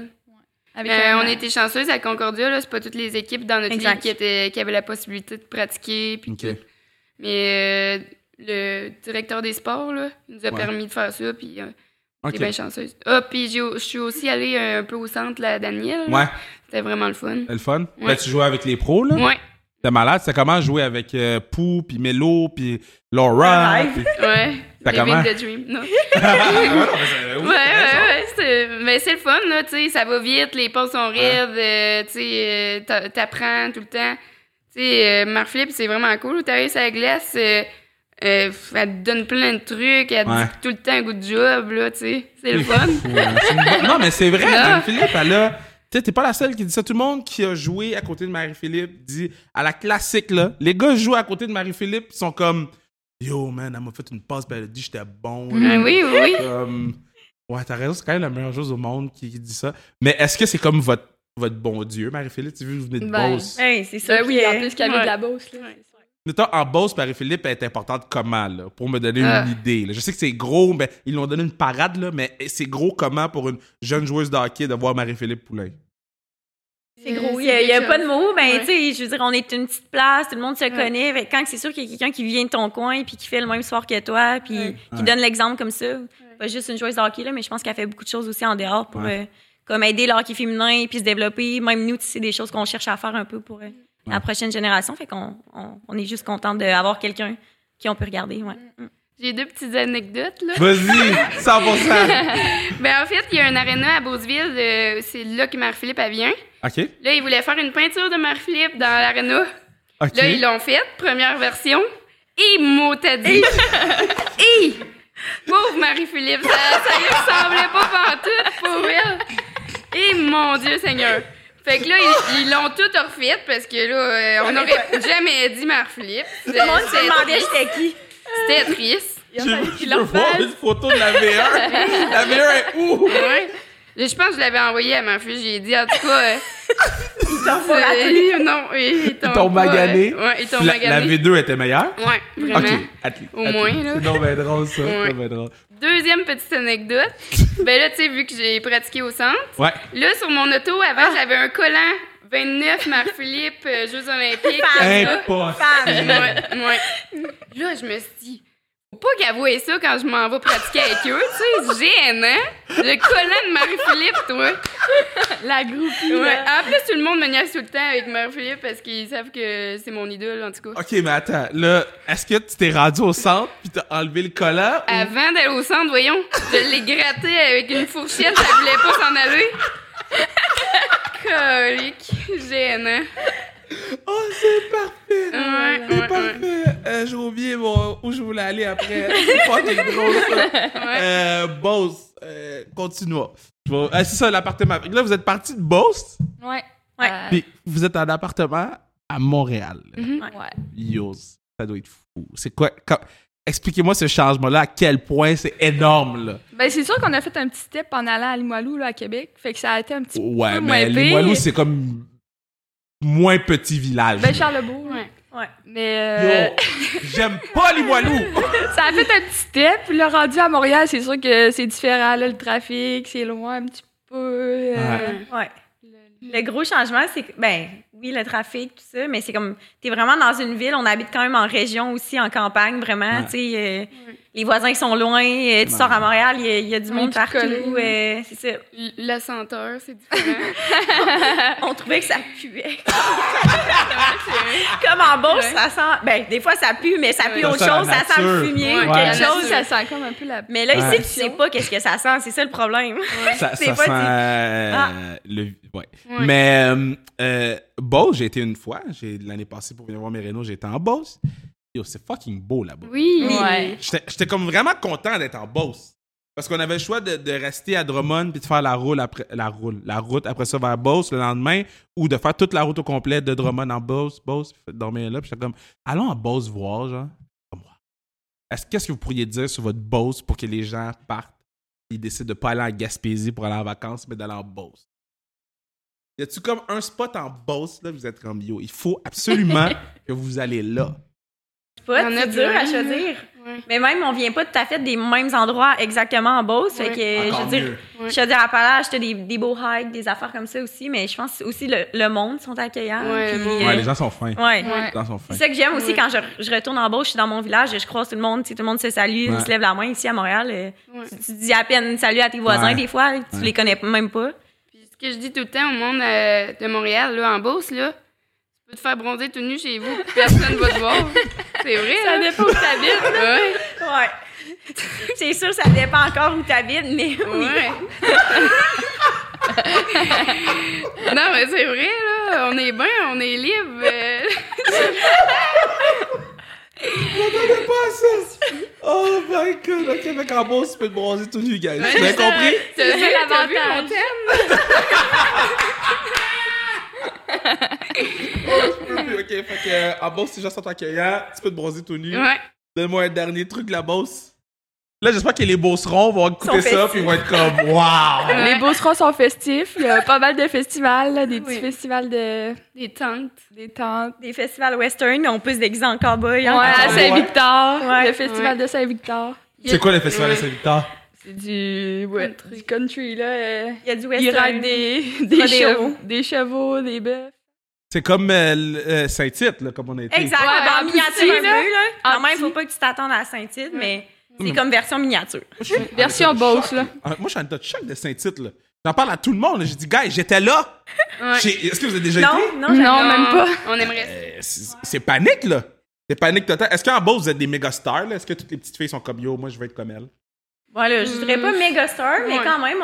Speaker 4: avec
Speaker 3: Euh,
Speaker 4: un-
Speaker 3: on était chanceuse à Concordia, là, c'est pas toutes les équipes dans notre
Speaker 2: Exact.
Speaker 3: ligue qui, étaient, qui avaient la possibilité de pratiquer. puis
Speaker 1: OK.
Speaker 3: tout. Mais euh, le directeur des sports là, il nous a
Speaker 1: Ouais.
Speaker 3: permis de faire ça, puis euh, on
Speaker 1: OK.
Speaker 3: était bien chanceuse. Ah, puis j'ai- je suis aussi allée euh, un peu au centre, là, à Daniel. là.
Speaker 1: Ouais, Euh,
Speaker 3: C'était vraiment le fun.
Speaker 1: c'est le fun.
Speaker 3: Ouais.
Speaker 1: Là, tu jouais avec les pros, là?
Speaker 3: Ouais,
Speaker 1: T'es malade? C'était comment jouer avec euh, Pou, puis Melo, puis Laura?
Speaker 2: Live.
Speaker 1: puis-
Speaker 3: ouais.
Speaker 1: T'as
Speaker 3: Living
Speaker 1: comment?
Speaker 3: the dream.
Speaker 1: [LAUGHS]
Speaker 3: non.
Speaker 1: Ah, ouais, non, mais c'est- oui, t'as raison.
Speaker 3: Ouais, ouais, ouais. C'est ben, c'est le fun, là, tu sais. Ça va vite, les pas sont raides, euh, tu sais, euh, t'a- t'apprends tout le temps. Tu sais, euh, Marc Philippe, c'est vraiment cool. T'arrives sur la glace, euh, euh, elle te donne plein de trucs, elle te
Speaker 1: Ouais.
Speaker 3: dit tout le temps un goût de job, là, tu sais.
Speaker 1: [LAUGHS]
Speaker 3: C'est le fun.
Speaker 1: Ouais, c'est une bonne- non, mais c'est vrai,
Speaker 3: Ah.
Speaker 1: Marie-Philippe, elle a. Tu sais, t'es pas la seule qui dit ça. Tout le monde qui a joué à côté de Marie-Philippe dit à la classique, là. Les gars jouent à côté de Marie-Philippe, ils sont comme Yo, man, elle m'a fait une passe, ben elle a dit j'étais bon.
Speaker 3: Ah oui, oui, oui.
Speaker 1: Comme, ouais, t'as raison, c'est quand même la meilleure chose au monde qui, qui dit ça. Mais est-ce que c'est comme votre, votre bon Dieu, Marie-Philippe? Tu veux que vous venez de
Speaker 4: Ben.
Speaker 1: Beauce.
Speaker 2: Hey, c'est ça.
Speaker 4: Ben oui,
Speaker 2: qui
Speaker 4: en
Speaker 2: est-
Speaker 4: plus qu'il y avait
Speaker 3: Ouais.
Speaker 4: de la bosse, là.
Speaker 3: Ouais.
Speaker 1: Mettons, en Beauce, Marie-Philippe elle est importante comment, là, pour me donner
Speaker 3: Ah.
Speaker 1: une idée. là? Je sais que c'est gros, mais ils l'ont donné une parade, là, mais c'est gros comment pour une jeune joueuse de hockey de voir Marie-Philippe Poulin?
Speaker 2: C'est gros.
Speaker 3: Euh,
Speaker 2: Il n'y a, il y a
Speaker 3: quelque
Speaker 2: pas
Speaker 3: chose.
Speaker 2: de mots, ben,
Speaker 3: Ouais.
Speaker 2: tu sais, je veux dire, on est une petite place, tout le monde se connaît. Fait que quand c'est sûr qu'il y a quelqu'un qui vient de ton coin, puis qui fait le même sport que toi, puis
Speaker 4: Ouais.
Speaker 2: qui
Speaker 1: Ouais.
Speaker 2: donne l'exemple comme ça, pas juste une joueuse de hockey, là, mais je pense qu'elle fait beaucoup de choses aussi en dehors pour euh, comme aider le hockey féminin, puis se développer. Même nous, tu sais, c'est des choses qu'on cherche à faire un peu pour euh, la prochaine génération. Fait qu'on on, on est juste content d'avoir quelqu'un qui on peut regarder. Ouais.
Speaker 3: Mm.
Speaker 2: Mm.
Speaker 3: J'ai deux petites anecdotes, là.
Speaker 1: Vas-y,
Speaker 3: [LAUGHS]
Speaker 1: 100%.
Speaker 3: Ben, en fait, il y a un aréna à Beauceville, euh, c'est là que Marc-Philippe elle vient.
Speaker 1: OK.
Speaker 3: Là, il voulait faire une peinture de Marc-Philippe dans l'aréna.
Speaker 1: OK.
Speaker 3: Là, ils l'ont faite, première version. Et mot t'as dit. [LAUGHS] Et pauvre Marie-Philippe, ça, ça lui ressemblait pas pantoute pour elle. Et mon Dieu Seigneur. Fait que là, ils- ils l'ont tout refait parce que là, euh, on n'aurait jamais dit Marie-Philippe. C'était
Speaker 2: Tout le monde se demandait
Speaker 3: triste.
Speaker 2: j'étais qui.
Speaker 3: C'était triste.
Speaker 4: Il y en
Speaker 1: je
Speaker 4: a
Speaker 1: veux-
Speaker 4: qui
Speaker 1: je
Speaker 4: l'ont
Speaker 1: veux voir
Speaker 4: fait.
Speaker 1: une photo de la
Speaker 3: [LAUGHS]
Speaker 1: VR. la VR est où?
Speaker 3: Ouais. Là, Je pense que je l'avais envoyé à ma fille. J'ai dit, en tout cas... euh,
Speaker 2: pas
Speaker 3: euh, Non, ils
Speaker 1: Ils
Speaker 3: t'ont
Speaker 1: t'ont
Speaker 3: pas, euh,
Speaker 1: magané.
Speaker 3: Ouais, ils t'ont
Speaker 1: La, la
Speaker 3: magané.
Speaker 1: V2 était meilleure?
Speaker 3: Ouais, vraiment.
Speaker 1: at least,
Speaker 3: Au
Speaker 1: at
Speaker 3: moins,
Speaker 1: least.
Speaker 3: là.
Speaker 1: C'est donc ben drôle, ça.
Speaker 3: Ouais.
Speaker 1: C'est donc ben drôle.
Speaker 3: Deuxième petite anecdote. ben là, tu sais, vu que j'ai pratiqué au centre,
Speaker 1: Ouais.
Speaker 3: là, sur mon auto, avant, j'avais un collant 29 Marc-Philippe euh, Jeux Olympiques. comme ça.
Speaker 1: Impossible.
Speaker 3: Ouais, ouais. Là, je me suis dit, faut pas qu'elle voie ça quand je m'en vais pratiquer avec eux, tu sais, c'est gênant. Le collant de Marie-Philippe, toi.
Speaker 4: La groupie,
Speaker 3: Ouais.
Speaker 4: là.
Speaker 3: En plus, tout le monde me niaise tout le temps avec Marie-Philippe parce qu'ils savent que c'est mon idole, en tout cas.
Speaker 1: OK, mais attends. Là, est-ce que tu t'es rendu au centre puis t'as enlevé le collant? ou-
Speaker 3: Avant d'aller au centre, voyons, je l'ai gratté avec une fourchette, elle voulait pas s'en aller. Colique, gênant.
Speaker 1: Oh, c'est parfait!
Speaker 3: Ouais,
Speaker 1: C'est
Speaker 3: ouais, ouais.
Speaker 1: parfait! Euh, J'ai oublié mon- où je voulais aller après. C'est fucking drôle, ça. Euh, Beauce, euh, continuons. Je vais- Ah, c'est ça, l'appartement. Fait que Là, vous êtes parti de Beauce,
Speaker 4: Ouais.
Speaker 2: Ouais.
Speaker 4: Euh,
Speaker 1: puis vous êtes en appartement à Montréal.
Speaker 4: ouais.
Speaker 1: Yo, ça doit être fou. C'est quoi? quand- Expliquez-moi ce changement-là, à quel point c'est énorme, là.
Speaker 4: Ben, c'est sûr qu'on a fait un petit step en allant à Limoilou, là, à Québec. Fait que ça a été un petit
Speaker 1: Ouais,
Speaker 4: peu moins
Speaker 1: mais
Speaker 4: pire.
Speaker 1: Limoilou, c'est comme moins petit village.
Speaker 4: Ben, Charlebourg, ouais.
Speaker 3: Ouais.
Speaker 4: Mais euh,
Speaker 1: Yo, j'aime pas
Speaker 4: [LAUGHS]
Speaker 1: Limoilou!
Speaker 4: ça a fait un petit step. Puis le rendu à Montréal, c'est sûr que c'est différent, là, le trafic, c'est loin un petit peu. euh,
Speaker 1: Ouais.
Speaker 2: Ouais. Le gros changement, c'est que, ben, oui, le trafic, tout ça, mais c'est comme, t'es vraiment dans une ville, on habite quand même en région aussi, en campagne, vraiment,
Speaker 1: Ouais.
Speaker 2: tu sais, euh, les voisins sont loin, euh, tu sors à Montréal, il y, a- il y a du
Speaker 4: On est
Speaker 2: monde
Speaker 4: tous
Speaker 2: partout,
Speaker 4: collés.
Speaker 2: euh, c'est ça.
Speaker 3: L- La senteur, c'est différent.
Speaker 2: On trouvait que ça puait. [LAUGHS] Comme en Beauce,
Speaker 4: Ouais.
Speaker 2: ça sent, ben, des fois ça pue, mais ça pue
Speaker 1: Ça
Speaker 2: autre
Speaker 1: sent la
Speaker 2: chose, ça sent le
Speaker 1: nature.
Speaker 2: fumier
Speaker 3: Ouais.
Speaker 2: ou
Speaker 4: la
Speaker 2: quelque
Speaker 4: nature,
Speaker 2: chose.
Speaker 4: ça sent comme un peu la.
Speaker 2: Mais là, ici,
Speaker 1: Ouais.
Speaker 2: tu sais pas qu'est-ce que ça sent, c'est ça le problème.
Speaker 1: ça,
Speaker 2: Des
Speaker 1: ça
Speaker 2: fois,
Speaker 1: sent
Speaker 2: tu-
Speaker 1: euh,
Speaker 2: Ah.
Speaker 1: le ouais.
Speaker 3: Ouais.
Speaker 1: Mais euh, euh, Beauce, j'ai été une fois, j'ai l'année passée pour venir voir mes rénaux, j'étais en Beauce. Yo, c'est fucking beau là-bas.
Speaker 3: Oui.
Speaker 4: Ouais.
Speaker 1: J'étais j'étais comme vraiment content d'être en Beauce parce qu'on avait le choix de, de rester à Drummond puis de faire la roule après la roule, la route après ça vers Beauce le lendemain ou de faire toute la route au complet de Drummond en Beauce, Beauce puis dormir là, puis j'étais comme allons à Beauce voir genre. Comme, wow. Est-ce qu'est-ce que vous pourriez dire sur votre Beauce pour que les gens partent ils décident de pas aller en Gaspésie pour aller en vacances, mais d'aller en Beauce. Y a-tu comme un spot en Beauce, là, vous êtes comme yo, il faut
Speaker 2: [LAUGHS]
Speaker 1: absolument que vous allez là.
Speaker 2: C'est pas,
Speaker 3: Il y en a
Speaker 2: c'est dur à
Speaker 3: plein.
Speaker 2: choisir.
Speaker 3: Ouais.
Speaker 2: Mais même, on vient pas tout à fait des mêmes endroits exactement en Beauce. Fait
Speaker 3: Ouais.
Speaker 2: que, Euh, je
Speaker 1: Encore
Speaker 2: veux dire,
Speaker 1: mieux.
Speaker 3: Ouais.
Speaker 2: Je veux dire, à Palage, t'as des, des beaux hikes, des affaires comme ça aussi, mais je pense aussi le, le monde sont accueillants.
Speaker 3: Ouais,
Speaker 2: puis,
Speaker 3: le monde.
Speaker 2: euh,
Speaker 1: Ouais, les gens sont fins.
Speaker 2: ouais.
Speaker 4: Ouais.
Speaker 1: Les gens sont fins.
Speaker 2: C'est ça que j'aime aussi
Speaker 3: Ouais.
Speaker 2: quand je, je retourne en Beauce, je suis dans mon village, et je croise tout le monde, tu sais, tout le monde se salue,
Speaker 1: Ouais.
Speaker 2: on se lève la main ici à Montréal. euh,
Speaker 3: Ouais.
Speaker 2: tu, tu dis à peine salut à tes voisins
Speaker 1: Ouais.
Speaker 2: des fois, tu
Speaker 1: Ouais.
Speaker 2: les connais même pas.
Speaker 3: Puis ce que je dis tout le temps au monde euh, de Montréal, là, en Beauce, là, tu peux te faire bronzer tout nu chez vous, puis personne va te voir. C'est vrai,
Speaker 4: Ça
Speaker 3: là.
Speaker 4: dépend où t'habites.
Speaker 3: Ouais,
Speaker 2: Ouais. [LAUGHS] C'est sûr, ça dépend encore où t'habites, mais oui.
Speaker 3: ouais. [LAUGHS] non, mais c'est vrai, là. On est bien, on est libre. euh.
Speaker 1: Oh my god, ok, Québec en Beauce, tu peux te bronzer tout nu, guys. Vous
Speaker 3: c'est
Speaker 1: avez
Speaker 3: ça.
Speaker 1: compris?
Speaker 3: T'as vu, t'as vu
Speaker 4: l'avantage.
Speaker 3: mon thème?
Speaker 1: Ok, fait que, euh, en Beauce, les gens sont accueillants, tu peux te bronzer tout nu.
Speaker 3: Ouais.
Speaker 1: Donne-moi un dernier truc, la Beauce. Là, j'espère que les Beaucerons vont écouter
Speaker 2: Sont
Speaker 1: ça, puis ils vont être comme, waouh!
Speaker 4: [LAUGHS] Les Beaucerons sont festifs. Il y a pas mal de festivals, là, des petits
Speaker 3: Oui.
Speaker 4: festivals de
Speaker 3: Des tentes.
Speaker 4: des tentes.
Speaker 2: Des festivals western, on peut se déguiser en cowboy.
Speaker 4: Ouais,
Speaker 2: hein.
Speaker 4: à Saint-Victor,
Speaker 2: Ouais.
Speaker 4: le festival
Speaker 3: Ouais.
Speaker 4: de Saint-Victor.
Speaker 1: C'est quoi le festival de
Speaker 3: Ouais.
Speaker 1: Saint-Victor?
Speaker 4: C'est du, ouais,
Speaker 3: Country.
Speaker 4: du country, là. euh,
Speaker 2: Il y a du
Speaker 4: ils
Speaker 2: western. [LAUGHS]
Speaker 4: raident des, des,
Speaker 2: rodéo.
Speaker 4: chevaux, des chevaux, des bœufs.
Speaker 1: C'est comme euh, l- euh, Saint-Tite, là, comme on a été.
Speaker 2: Exact,
Speaker 4: Ouais,
Speaker 2: ben,
Speaker 4: en
Speaker 2: en miniature
Speaker 4: petit,
Speaker 2: un peu, là.
Speaker 4: en
Speaker 2: Quand même,
Speaker 4: petit.
Speaker 2: faut pas que tu t'attendes à Saint-Tite, mais c'est
Speaker 1: Mm.
Speaker 2: comme version miniature.
Speaker 4: Version Beauce, là.
Speaker 1: Ah, Moi, je suis en état de choc de Saint-Tite, là. J'en parle à tout le monde. là. J'ai dit, gars, j'étais là.
Speaker 3: Ouais.
Speaker 1: J'ai- Est-ce que vous avez déjà
Speaker 2: Non,
Speaker 1: été?
Speaker 2: non, j'avais-
Speaker 4: Non, même pas.
Speaker 3: On aimerait ça.
Speaker 1: Euh, c'est c'est panique, là. C'est panique totale. Est-ce qu'en bas, vous êtes des méga stars, là? Est-ce que toutes les petites filles sont comme yo, moi, je veux être comme elle?
Speaker 2: Voilà, je dirais pas méga star, mais
Speaker 3: Mm. Ouais.
Speaker 2: quand même,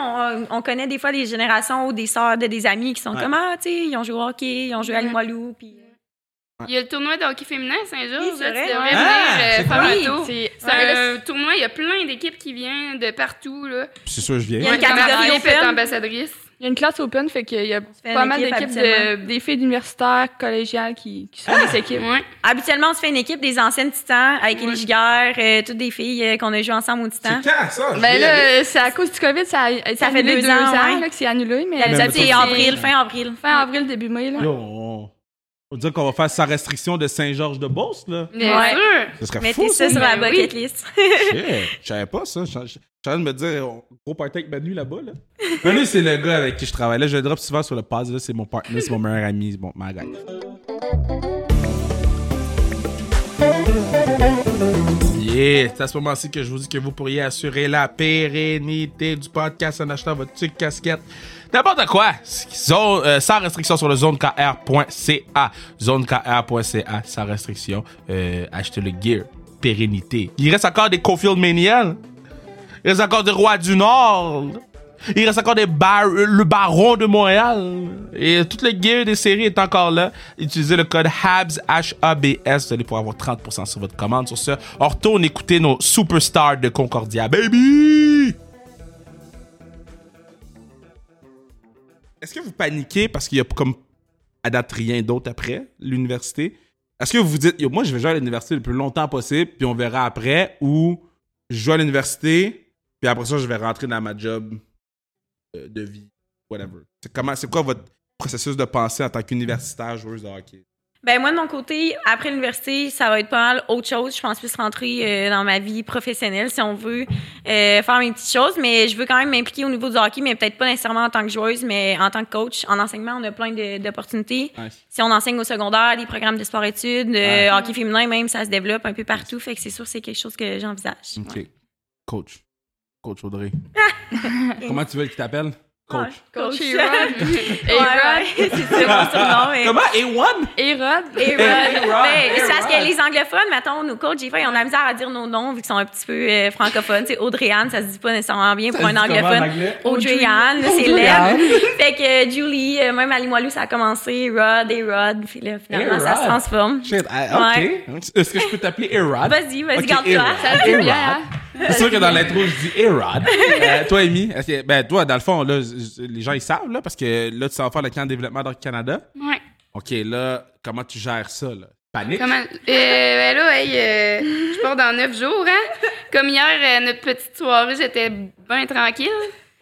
Speaker 2: on, on connaît des fois des générations ou des sœurs de des amis qui sont
Speaker 1: Ouais.
Speaker 2: comme Ah, tu sais, ils ont joué au hockey, ils ont joué à
Speaker 3: Ouais.
Speaker 2: Limoilou, puis. euh.
Speaker 3: Il y a le tournoi de hockey féminin à
Speaker 2: Oui,
Speaker 3: Saint-Georges.
Speaker 2: c'est
Speaker 3: là, tu
Speaker 2: vrai,
Speaker 3: devrais
Speaker 2: ouais.
Speaker 3: venir
Speaker 1: Ah,
Speaker 3: euh,
Speaker 1: c'est
Speaker 3: faire
Speaker 2: cool.
Speaker 3: un tour.
Speaker 4: C'est
Speaker 3: C'est un euh, tournoi, il y a plein d'équipes qui viennent de partout. Là.
Speaker 1: C'est sûr, je
Speaker 2: Il y
Speaker 1: viens.
Speaker 2: a une catégorie
Speaker 3: Marie-Ève est
Speaker 2: open.
Speaker 3: ambassadrice.
Speaker 4: Il y a une classe open, fait qu'il y a
Speaker 2: fait
Speaker 4: pas
Speaker 2: une
Speaker 4: mal
Speaker 2: équipe
Speaker 4: d'équipes de, des filles d'universitaires, collégiales qui, qui sont des équipes.
Speaker 3: Ouais.
Speaker 2: Habituellement, on se fait une équipe des anciennes titans avec Élie Giguère, euh, toutes des filles euh, qu'on a joué ensemble au titan.
Speaker 1: C'est quand, ça? Je vais
Speaker 4: Ben
Speaker 1: y aller.
Speaker 4: là, c'est à cause du COVID, ça a,
Speaker 2: Ah. Ça fait
Speaker 4: annulé
Speaker 2: deux ans, ouais.
Speaker 4: là, que c'est annulé, mais
Speaker 1: Mais
Speaker 2: D'habitude,
Speaker 1: mettons,
Speaker 2: c'est avril, fin avril.
Speaker 4: fin avril, début mai, là.
Speaker 1: Yo, on... on dirait qu'on va faire sa restriction de Saint-Georges de Beauce, là.
Speaker 3: Bien
Speaker 2: Ouais.
Speaker 3: sûr.
Speaker 1: Ce serait fou,
Speaker 2: Mettez
Speaker 1: ça.
Speaker 2: ça sur la
Speaker 3: Ben
Speaker 2: bucket list.
Speaker 1: Shit, Je savais pas ça. Je je- je suis en train de me dire, on- gros party avec Manu là-bas. Là. Manu, c'est le gars avec qui je travaille. Là, je le drop souvent sur le pass. Là, c'est mon partenaire, c'est mon meilleur ami, c'est mon ma gang. Yeah, c'est à ce moment-ci que je vous dis que vous pourriez assurer la pérennité du podcast en achetant votre tuque casquette. N'importe quoi! Zone, euh, sans restriction sur le zonekr.ca. Zonekr.ca, sans restriction. Euh, achetez le gear. Pérennité. Il reste encore des Cofield Mania. Il reste encore des Rois du Nord.
Speaker 6: Il reste encore des bar- euh, le baron de Montréal. Et toute le gear des séries est encore là. Utilisez le code HABS, H-A-B-S. Vous allez pouvoir avoir 30% sur votre commande. Sur ce, on retourne écouter nos superstars de Concordia, baby!
Speaker 1: Est-ce que vous paniquez parce qu'il y a comme à date rien d'autre après l'université? Est-ce que vous vous dites, Yo, moi je vais jouer à l'université le plus longtemps possible, puis on verra après, ou je joue à l'université, puis après ça je vais rentrer dans ma job euh, de vie, whatever. C'est comment, c'est quoi votre processus de pensée en tant qu'universitaire joueuse de hockey?
Speaker 2: Ben moi de mon côté, après l'université, ça va être pas mal autre chose. Je pense plus rentrer euh, dans ma vie professionnelle si on veut euh, faire mes petites choses, mais je veux quand même m'impliquer au niveau du hockey, mais peut-être pas nécessairement en tant que joueuse, mais en tant que coach. En enseignement, on a plein de- d'opportunités.
Speaker 1: Nice.
Speaker 2: Si on enseigne au secondaire, les programmes de sport-études, euh, hockey féminin même, ça se développe un peu partout. Fait que c'est sûr, c'est quelque chose que j'envisage.
Speaker 1: Ok. Coach. Coach
Speaker 2: [LAUGHS]
Speaker 1: Audrey. comment tu veux qu'il t'appelle? Coach.
Speaker 4: Coach
Speaker 2: Ouais,
Speaker 4: Hérode.
Speaker 2: [LAUGHS] ouais, c'est ça, mon surnom, mais-
Speaker 1: Comment? A1?
Speaker 4: Hérode.
Speaker 2: Et
Speaker 1: Aaron,
Speaker 2: ben, c'est
Speaker 1: Aaron.
Speaker 2: parce que les anglophones, mettons, nous coachs, j'ai fait, on a la misère à dire nos noms vu qu'ils sont un petit peu euh, francophones. Tu sais, Audrey-Anne, ça se dit [LAUGHS] pas nécessairement bien pour un anglophone. Audrey-Anne, c'est laid. Fait que euh, Julie, euh, même à Limoilou, ça a commencé. Rod et Rod. Puis là, finalement, ça se
Speaker 1: Rod.
Speaker 2: transforme.
Speaker 1: Shit, ah, ok. Est-ce que je peux t'appeler Erod?
Speaker 2: Vas-y, vas-y,
Speaker 1: Ok,
Speaker 2: garde-toi.
Speaker 1: Erod.
Speaker 3: Ça se dit bien, hein?
Speaker 1: C'est sûr que dans l'intro, je dis Erod.
Speaker 2: [LAUGHS]
Speaker 1: Euh, toi, Amy, est-ce que- ben, toi, dans le fond, là, j- j- les gens, ils savent, là, parce que là, tu vas faire le camp de développement dans le Canada.
Speaker 3: Ouais.
Speaker 1: OK, là, comment tu gères ça, là? Panique?
Speaker 3: Comment... Euh, ben là, hey, euh, je pars dans neuf jours, hein? Comme hier, euh, notre petite soirée, j'étais bien tranquille.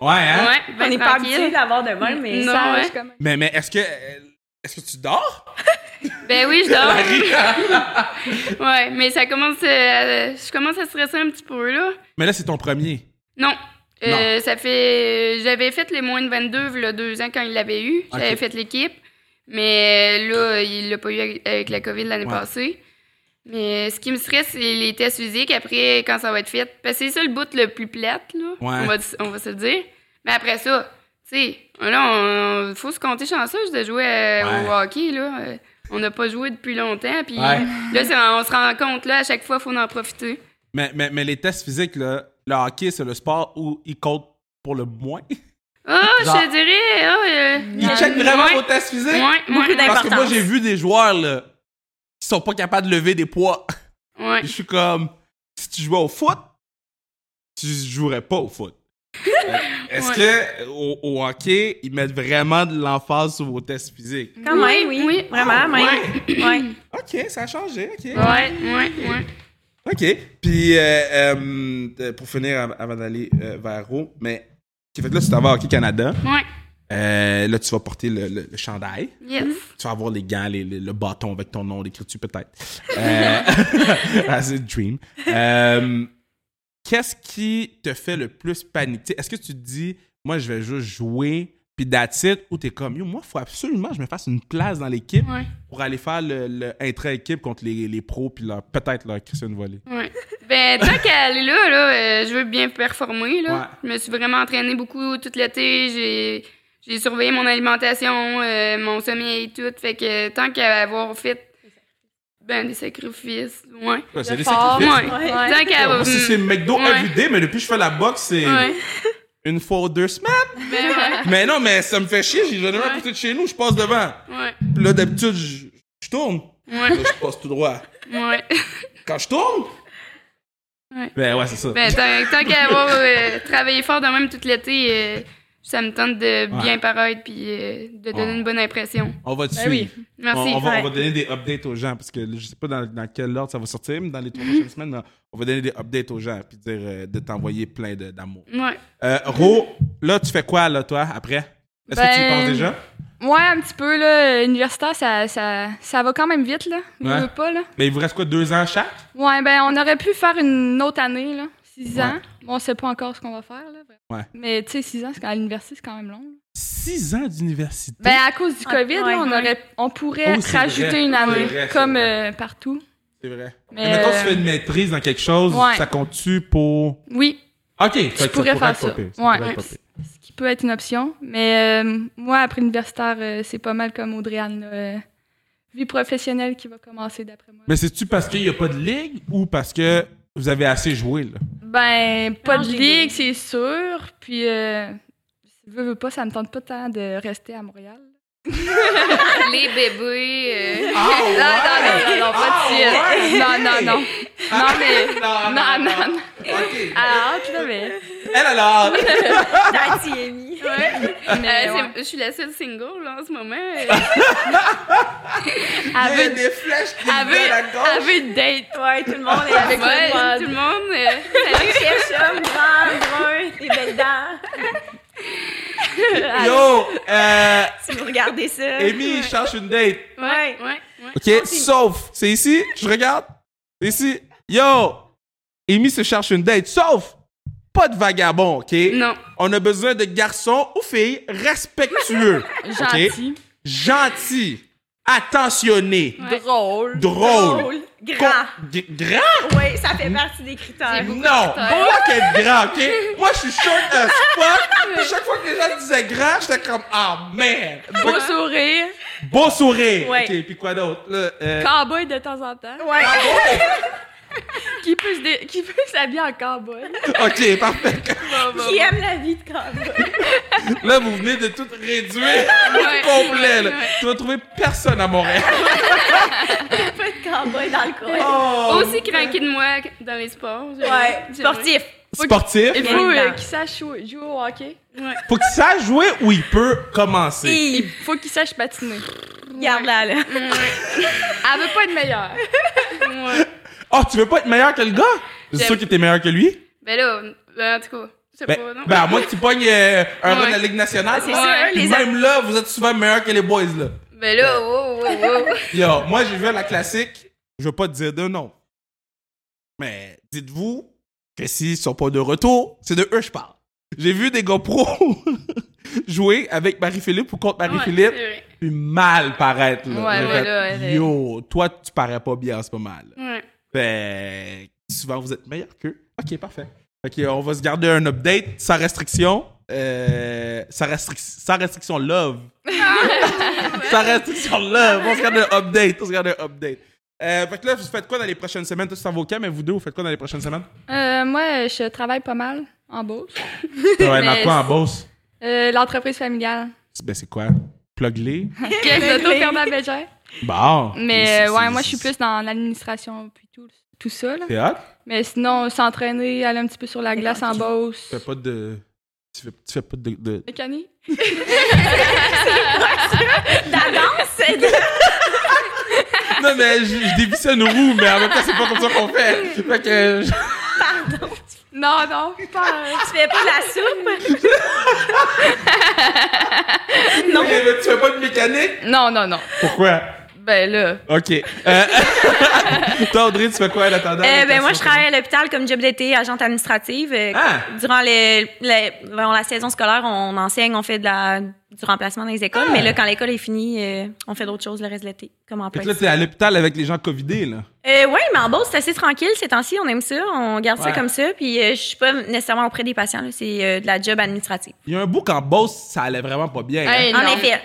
Speaker 1: Ouais, hein?
Speaker 3: Ouais,
Speaker 2: On
Speaker 3: bien
Speaker 2: n'est pas habitué
Speaker 3: tranquille.
Speaker 2: d'avoir de même, mais
Speaker 3: Non,
Speaker 2: ça,
Speaker 3: ouais.
Speaker 4: Je suis comme-
Speaker 1: Mais, mais est-ce que... euh, Est-ce que tu dors?
Speaker 3: Ben oui, je dors. ouais, mais ça commence. euh, à- je commence à stresser un petit peu, là.
Speaker 1: Mais là, c'est ton premier.
Speaker 3: Non. Euh, ça fait. J'avais fait les moins de 22 il y a deux ans quand il l'avait eu. J'avais
Speaker 1: Ok.
Speaker 3: fait l'équipe. Mais euh, là, il l'a pas eu avec- avec la COVID l'année
Speaker 1: Ouais.
Speaker 3: passée. Mais euh, ce qui me stresse, c'est les tests physiques après, quand ça va être fait. Parce que c'est ça le bout le plus plate, là.
Speaker 1: Ouais.
Speaker 3: On, va, on va se le dire. Mais après ça, tu sais, là, on, faut se compter chanceuse de jouer euh, au hockey, là. Euh, On n'a pas joué depuis longtemps. Puis
Speaker 1: Ouais.
Speaker 3: là, c'est- on se rend compte, là, à chaque fois, il faut en profiter.
Speaker 1: Mais, mais, mais les tests physiques, là, le hockey, c'est le sport où ils comptent pour le moins.
Speaker 3: [LAUGHS] Ah, je te dirais. ah, euh,
Speaker 1: Ils checkent vraiment
Speaker 3: ouais.
Speaker 1: vos tests physiques.
Speaker 3: Ouais,
Speaker 2: beaucoup
Speaker 3: ouais.
Speaker 1: Parce que moi,
Speaker 2: d'importance.
Speaker 1: j'ai vu des joueurs, là, qui sont pas capables de lever des poids.
Speaker 3: Ouais.
Speaker 1: Je suis comme, si tu jouais au foot, tu jouerais pas au
Speaker 3: [LAUGHS]
Speaker 1: foot. Euh, Est-ce
Speaker 3: Ouais.
Speaker 1: que au, au hockey, ils mettent vraiment de l'emphase sur vos tests physiques?
Speaker 3: Mm.
Speaker 2: quand même, oui.
Speaker 3: oui.
Speaker 2: Vraiment, même. Ouais.
Speaker 1: OK, ça a changé, OK.
Speaker 3: Ouais, ouais, ouais.
Speaker 1: OK. Puis, euh, euh, euh, pour finir, av- avant d'aller euh, vers Ro, mais qui fait que là, tu t'en vas à Hockey Canada.
Speaker 3: Ouais.
Speaker 1: Euh, là, tu vas porter le, le- le chandail.
Speaker 3: Yes.
Speaker 1: Tu vas avoir les gants, les- les- le bâton avec ton nom d'écriture, peut-être. Euh, [LAUGHS] as a dream. Euh, Qu'est-ce qui te fait le plus paniquer? Est-ce que tu te dis, moi, je vais juste jouer, puis that's it, ou t'es comme, yo, moi, faut absolument que je me fasse une place dans l'équipe
Speaker 3: Ouais.
Speaker 1: pour aller faire le, le intra-équipe contre les, les pros, puis leur- peut-être leur Christian Volley.
Speaker 3: Ouais. Ben, tant qu'à aller là, là euh, je veux bien performer. Là.
Speaker 1: Ouais.
Speaker 3: Je me suis vraiment entraînée beaucoup tout l'été. J'ai, j'ai surveillé mon alimentation, euh, mon sommeil et tout. Fait que tant qu'à avoir fait ben, des sacrifices. Ouais.
Speaker 1: Ouais, c'est des
Speaker 4: fort.
Speaker 3: Ouais.
Speaker 1: sacrifices.
Speaker 3: Tant qu'à
Speaker 1: Moi, c'est c'est McDo
Speaker 3: Ah, bah, hmm. Ouais.
Speaker 1: everyday, mais depuis que je fais la boxe, c'est
Speaker 3: Ouais.
Speaker 1: une fois ou deux semaines.
Speaker 3: Ben, ouais.
Speaker 1: Mais non, mais ça me fait chier, j'ai jamais un
Speaker 3: Ouais.
Speaker 1: peu de chez nous, je passe devant.
Speaker 3: Ouais.
Speaker 1: Puis là, d'habitude, je je tourne. Là,
Speaker 3: Ouais.
Speaker 1: je passe tout droit.
Speaker 3: Ouais.
Speaker 1: Quand je tourne?
Speaker 3: Ouais.
Speaker 1: Ben ouais, c'est ça.
Speaker 3: Ben, tant, tant qu'à avoir euh, travaillé fort de même tout l'été, euh, ça me tente de bien paraître puis euh, de donner
Speaker 1: Ouais.
Speaker 3: une bonne impression.
Speaker 1: on va te
Speaker 4: Ben
Speaker 1: suivre.
Speaker 4: oui.
Speaker 1: On,
Speaker 3: Merci.
Speaker 1: on [LAUGHS] va, on
Speaker 2: ouais.
Speaker 1: va donner des updates aux gens parce que je sais pas dans, dans quel ordre ça va sortir, mais dans les
Speaker 3: [LAUGHS]
Speaker 1: trois prochaines semaines, là, on va donner des updates aux gens puis dire euh, de t'envoyer plein de- d'amour.
Speaker 3: Ouais.
Speaker 1: Euh, Ro, là, tu fais quoi, là, toi, après? Est-ce que tu y
Speaker 4: Ben,
Speaker 1: penses déjà?
Speaker 4: Ouais, un petit peu, là. Universitaire, ça, ça, ça va quand même vite, là. Veux,
Speaker 1: Ouais.
Speaker 4: veux pas, là.
Speaker 1: Mais Ben, il vous reste quoi, deux ans chaque?
Speaker 4: Ouais, ben, on aurait pu faire une autre année, là. Six
Speaker 1: Ouais.
Speaker 4: ans. Bon, on sait pas encore ce qu'on va faire, là.
Speaker 1: Ouais.
Speaker 4: Mais, tu sais, six ans, c'est quand- à l'université, c'est quand même long. là.
Speaker 1: Six ans d'université.
Speaker 4: Ben, à cause du
Speaker 2: Ah,
Speaker 4: COVID, là,
Speaker 2: ouais,
Speaker 4: on,
Speaker 2: ouais.
Speaker 4: aurait, on pourrait
Speaker 1: Oh, c'est
Speaker 4: rajouter
Speaker 1: vrai.
Speaker 4: une
Speaker 1: C'est
Speaker 4: année,
Speaker 1: vrai, c'est
Speaker 4: comme
Speaker 1: vrai.
Speaker 4: euh, partout.
Speaker 1: C'est vrai.
Speaker 4: Mais,
Speaker 1: Mais mettons,
Speaker 4: euh,
Speaker 1: tu fais une maîtrise dans quelque chose,
Speaker 4: ouais.
Speaker 1: ça compte-tu pour.
Speaker 4: Oui,
Speaker 1: Ok, fait que ça
Speaker 4: pourrais
Speaker 1: pourrait
Speaker 4: faire
Speaker 1: être pas
Speaker 4: ça.
Speaker 1: pire,
Speaker 4: Ouais.
Speaker 1: pourrait être pas pire.
Speaker 4: ce qui peut être une option. Mais euh, moi, après l'universitaire, euh, c'est pas mal comme Audrey-Anne. là, euh, vie professionnelle qui va commencer, d'après moi.
Speaker 1: Mais c'est-tu parce qu'il n'y a pas de ligue ou parce que vous avez assez joué, là?
Speaker 4: Ben, pas
Speaker 2: Non,
Speaker 4: de
Speaker 2: j'ai
Speaker 4: ligue, c'est sûr. Puis, euh, veux, veux pas, ça me tente pas tant de rester à Montréal.
Speaker 3: Les [LAUGHS] bébés. euh,
Speaker 1: Ah,
Speaker 4: Non, non, non, non, non, pas de suite. Non, non, non. Non, mais.
Speaker 1: Non,
Speaker 4: Non, non, non.
Speaker 1: OK.
Speaker 3: Ah,
Speaker 4: Alors, tu vois, mais.
Speaker 1: Elle, elle a hâte.
Speaker 2: Tati Amy.
Speaker 4: mais
Speaker 3: euh,
Speaker 4: ouais.
Speaker 3: c'est- Je suis la seule single là, en ce moment. euh.
Speaker 1: Il y a
Speaker 4: Elle veut-
Speaker 1: des flèches qui
Speaker 4: elle
Speaker 1: me viennent à
Speaker 4: veut-
Speaker 1: gauche.
Speaker 4: elle veut une date.
Speaker 2: Ouais, tout le monde est
Speaker 3: Euh, Ouais,
Speaker 2: avec moi.
Speaker 3: tout le monde. euh,
Speaker 2: Je cherche homme, grand, brun, des belles dents.
Speaker 1: Yo, euh,
Speaker 2: Si vous regardez ça.
Speaker 1: Amy cherche une date.
Speaker 2: Ouais.
Speaker 3: ouais, ouais.
Speaker 1: OK, sauf, c'est ici, je regarde. C'est ici. Yo, Amy se cherche une date, sauf pas de vagabond, OK?
Speaker 3: Non.
Speaker 1: On a besoin de garçons ou filles respectueux,
Speaker 4: Gentil.
Speaker 1: gentils, attentionnés, drôles.
Speaker 4: Drôle.
Speaker 2: Drôle. Grand.
Speaker 1: Grand?
Speaker 2: Ouais, ça fait partie des critères.
Speaker 1: Non! Moi, qu'être grand, OK? Moi, je suis short as fuck. Chaque fois que les gens disaient grand, j'étais comme, ah, merde!
Speaker 4: Beau sourire.
Speaker 1: Beau sourire!
Speaker 2: Ouais.
Speaker 1: OK, puis quoi d'autre? là? Euh,
Speaker 4: Cowboy de temps en temps.
Speaker 2: Ouais.
Speaker 1: Ah,
Speaker 4: Qui peut se dé- qui peut s'habiller en cowboy.
Speaker 1: OK, parfait.
Speaker 2: Qui aime la vie de cowboy. [LAUGHS]
Speaker 1: Là, vous venez de tout réduire
Speaker 3: [LAUGHS] Ouais,
Speaker 1: au complet. là.
Speaker 3: ouais, ouais.
Speaker 1: Tu vas trouver personne à Montréal.
Speaker 2: Pas de cowboy dans le coin.
Speaker 1: Oh,
Speaker 3: Aussi craqué de moi dans les sports. j'aimerais-
Speaker 2: Ouais.
Speaker 3: j'aimerais.
Speaker 2: Sportif.
Speaker 1: Sportif.
Speaker 4: Il
Speaker 2: Bien
Speaker 4: faut euh,
Speaker 2: dedans.
Speaker 4: qu'il sache jouer, jouer au hockey.
Speaker 1: Faut qu'il sache jouer ou il peut commencer.
Speaker 4: Il
Speaker 2: Et
Speaker 4: faut qu'il sache patiner.
Speaker 2: regarde-la, là.
Speaker 3: Ouais.
Speaker 4: Elle veut pas être meilleure.
Speaker 3: Ouais.
Speaker 1: Oh, tu veux pas être meilleur que le gars? C'est sûr que t'es meilleur que lui?
Speaker 3: Ben là, ben, en tout cas, je sais
Speaker 1: Ben,
Speaker 3: pas, non?
Speaker 1: ben à moins que tu pognes euh, un rang de la
Speaker 3: Ouais.
Speaker 1: Ligue nationale.
Speaker 2: Ah, C'est
Speaker 1: là.
Speaker 2: ça,
Speaker 1: Puis
Speaker 2: les
Speaker 1: même là, vous êtes souvent meilleur que les boys, là.
Speaker 3: Ben là, oh. wow, wow, wow.
Speaker 1: Yo, moi, j'ai vu à la classique. Je veux pas te dire de nom. Mais dites-vous que s'ils sont pas de retour, c'est de eux que je parle. J'ai vu des gars pros [LAUGHS] jouer avec Marie-Philippe ou contre Marie-Philippe,
Speaker 3: Ouais, c'est vrai.
Speaker 1: puis mal paraître. Là.
Speaker 4: Ouais,
Speaker 1: J'ai
Speaker 4: ouais,
Speaker 1: fait,
Speaker 4: là, elle est-
Speaker 1: Yo, toi, tu parais pas bien en ce moment. là.
Speaker 3: Ouais.
Speaker 1: Ben, souvent, vous êtes meilleur qu'eux. OK, parfait. OK, on va se garder un update sans restriction. Euh, sans, restric- sans restriction
Speaker 4: [LAUGHS]
Speaker 1: love.
Speaker 4: Ah,
Speaker 1: sans restriction love. On se garde un update. On se garde un update. Euh, fait que là, vous faites quoi dans les prochaines semaines? Toi, tu t'en vas au camp, mais vous deux, vous faites quoi dans les prochaines [LAUGHS] semaines?
Speaker 4: Euh, moi, je travaille pas mal en bourse.
Speaker 1: Travaille
Speaker 4: dans Mais- quoi en
Speaker 1: bourse?
Speaker 4: Euh, L'entreprise [LAUGHS] familiale.
Speaker 1: Ben, c'est quoi?
Speaker 4: [LAUGHS]
Speaker 1: Plug-les?
Speaker 4: Caisse d'auto-permis
Speaker 1: Bon.
Speaker 4: Mais
Speaker 1: Bah. C'est-
Speaker 4: euh, ouais,
Speaker 1: c'est-
Speaker 4: moi, je suis plus dans l'administration puis tout, tout ça. Là.
Speaker 1: T'es hot?
Speaker 4: Mais sinon, s'entraîner, aller un petit peu sur la glace en
Speaker 1: Tu
Speaker 4: bourse.
Speaker 1: fais pas de... Tu fais, tu fais pas de...
Speaker 4: [LAUGHS]
Speaker 1: de-
Speaker 4: Mécanique?
Speaker 2: La danse, c'est de...
Speaker 1: Non, mais je, je dévisse une roue, mais en même temps, c'est pas comme ça qu'on fait. Fait que... je-
Speaker 4: Non, non, pas.
Speaker 2: [LAUGHS]
Speaker 4: euh,
Speaker 2: Tu fais pas de la soupe.
Speaker 1: Ok, Eh, mais tu fais pas de mécanique?
Speaker 4: Non, non, non.
Speaker 1: Pourquoi?
Speaker 4: Ben là.
Speaker 1: OK. Euh, [LAUGHS] toi, Audrey, tu fais quoi en attendant?
Speaker 2: Euh, ben, moi, je travaille à l'hôpital comme job d'été, agente administrative. Euh,
Speaker 1: Ah!
Speaker 2: Durant les, les- bon, la saison scolaire, on enseigne, on fait de la, du remplacement dans les écoles. Mais là, quand l'école est finie, euh, on fait d'autres choses le reste de l'été, comme en
Speaker 1: Fait que là, t'es à l'hôpital avec les gens covidés, là.
Speaker 2: Euh, oui, mais en Beauce, c'est assez tranquille ces temps-ci. On aime ça, on garde ça
Speaker 1: Ouais.
Speaker 2: comme ça. Puis euh, je suis pas nécessairement auprès des patients. là, C'est euh, de la job administrative.
Speaker 1: Il y a un bout qu'en boss, ça allait vraiment pas bien. hein.
Speaker 4: Hey,
Speaker 2: En [LAUGHS]
Speaker 4: non.
Speaker 2: effet.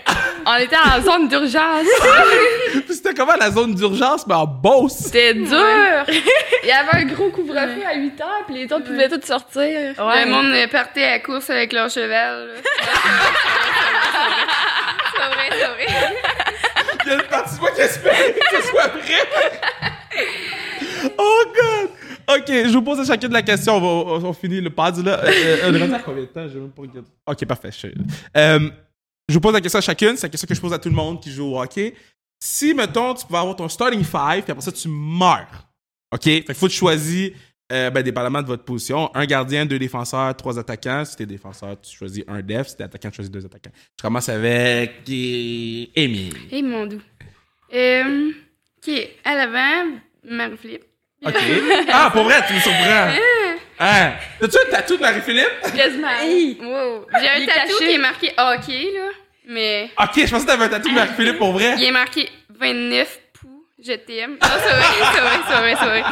Speaker 4: On était en zone
Speaker 2: [LAUGHS]
Speaker 4: d'urgence.
Speaker 1: Puis c'était comment la zone d'urgence, mais en boss?
Speaker 4: C'était
Speaker 2: [LAUGHS]
Speaker 4: dur. Il y avait un gros couvre-feu à 8 heures, puis les autres pouvaient tous sortir.
Speaker 2: Ouais.
Speaker 3: Le monde euh, partait à la course avec leur cheval. là. Ouais, C'est vrai, c'est vrai, c'est vrai. C'est vrai,
Speaker 1: Il y a une partie de moi qui espère que ce soit vrai. oh, God! OK, je vous pose à chacune la question. On, va- on- on finit le pad, là. Euh, euh, le retard, combien de temps? J'ai même pas regardé. OK, parfait. Je, Euh, je vous pose la question à chacune. C'est la question que je pose à tout le monde qui joue au hockey. Si, mettons, tu pouvais avoir ton starting five, puis après ça, tu meurs. OK? Fait qu'il faut que tu choisis, euh, ben, dépendamment de votre position, un gardien, deux défenseurs, trois attaquants. Si t'es défenseur, tu choisis un def. Si t'es attaquant, tu choisis deux attaquants. Je commence avec euh, Amy.
Speaker 3: c'est vrai. [LAUGHS] Hey, mon doux. Euh, OK, à l'avant, Marie-Philippe.
Speaker 1: OK. [LAUGHS] Ah, pour vrai, tu me
Speaker 3: [LAUGHS]
Speaker 1: surprends. Hein? T'as-tu un tatou de Marie-Philippe?
Speaker 4: Quasiment.
Speaker 3: Wow. J'ai un
Speaker 4: Il est
Speaker 3: tatou
Speaker 4: caché.
Speaker 3: qui est marqué hockey, là. Mais
Speaker 1: OK, je pensais que t'avais un tatou de Marie-Philippe pour vrai.
Speaker 3: il est marqué 29 pou, je t'aime. Non, c'est vrai, c'est vrai, c'est vrai, [LAUGHS] c'est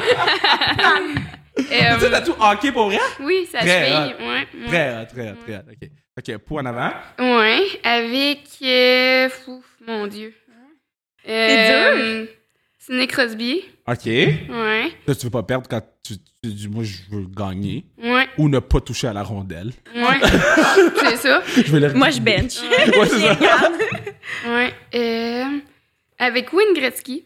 Speaker 1: T'as-tu un
Speaker 3: vrai. Euh,
Speaker 1: tatou hockey pour vrai?
Speaker 3: oui, ça
Speaker 1: Très
Speaker 3: cheville.
Speaker 1: hot.
Speaker 3: Ouais, ouais.
Speaker 1: Très, hot, très, hot, très. hot. OK. OK, pour en avant.
Speaker 3: Ouais, avec. euh, fou, mon Dieu.
Speaker 2: C'est
Speaker 3: dur. Sidney Crosby.
Speaker 1: OK. Là,
Speaker 3: Ouais.
Speaker 1: tu veux pas perdre quand tu, tu dis, moi, je veux gagner.
Speaker 3: Ouais.
Speaker 1: ou ne pas toucher à la
Speaker 3: [LAUGHS]
Speaker 1: rondelle.
Speaker 3: Ouais. c'est ça.
Speaker 1: Je vais le
Speaker 2: Moi, je
Speaker 3: [LAUGHS]
Speaker 2: bench.
Speaker 1: Ouais, c'est
Speaker 2: [LAUGHS]
Speaker 1: ça.
Speaker 3: Ouais. Euh, avec Wayne Gretzky.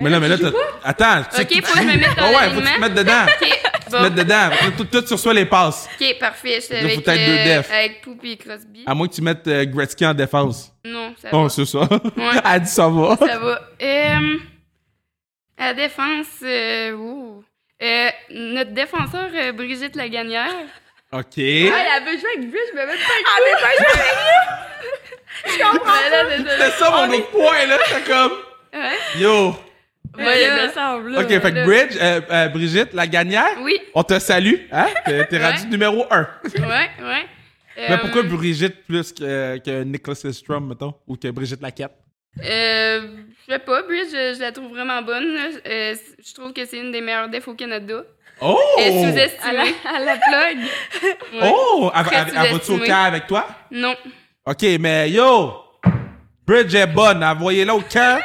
Speaker 1: Mais là, mais là, t'as- attends. tu sais
Speaker 3: Ok,
Speaker 1: que-
Speaker 3: faut que je me mette dans
Speaker 1: Ah ouais, faut que tu te
Speaker 3: l'alignement.
Speaker 1: mettes
Speaker 3: [LAUGHS]
Speaker 1: dedans.
Speaker 4: [LAUGHS]
Speaker 3: Ok,
Speaker 1: Tu te
Speaker 3: bon.
Speaker 1: mettes dedans. Tout, tout sur soi les passes.
Speaker 3: Ok, parfait. J'étais
Speaker 1: Il faut
Speaker 3: avec,
Speaker 1: peut-être deux
Speaker 3: euh,
Speaker 1: defs.
Speaker 3: avec Poupie et Crosby.
Speaker 1: À moins que tu mettes euh, Gretzky en défense.
Speaker 3: Non, ça va.
Speaker 1: Oh, c'est ça.
Speaker 3: Ouais.
Speaker 1: [LAUGHS] Elle dit ça va.
Speaker 3: Ça va. Euh, à la défense, euh, ouh. Euh, notre défenseur, euh, Brigitte Laganière.
Speaker 4: [LAUGHS]
Speaker 1: OK.
Speaker 4: elle avait joué avec lui, je me mets pas Oh,
Speaker 3: Ben là, désolé.
Speaker 1: C'est ça mon autre point, là. C'est comme.
Speaker 3: Ouais.
Speaker 1: Yo.
Speaker 3: Voilà.
Speaker 1: OK, fait que Bridge, euh, euh, Brigitte, la gagnère,
Speaker 3: Oui,
Speaker 1: on te salue. Hein? T'es t'es rendu
Speaker 3: Ouais.
Speaker 1: numéro un.
Speaker 3: ouais, ouais.
Speaker 1: Mais
Speaker 3: Euh,
Speaker 1: pourquoi Brigitte plus que, que Nicholas Lidstrom, mettons, ou que Brigitte Laquette?
Speaker 3: Euh, je sais pas, Bridge, je, je la trouve vraiment bonne. là. Euh, c- je trouve que c'est une des meilleures défauts au Canada.
Speaker 1: Oh!
Speaker 3: Elle est sous-estimée.
Speaker 4: À la plug.
Speaker 3: Ouais.
Speaker 1: Oh! Elle,
Speaker 3: Très
Speaker 1: elle- elle va-tu au
Speaker 3: sous-estimée.
Speaker 1: camp avec toi?
Speaker 3: Non.
Speaker 1: OK, mais yo! Bridge est bonne. Envoyez-la au camp.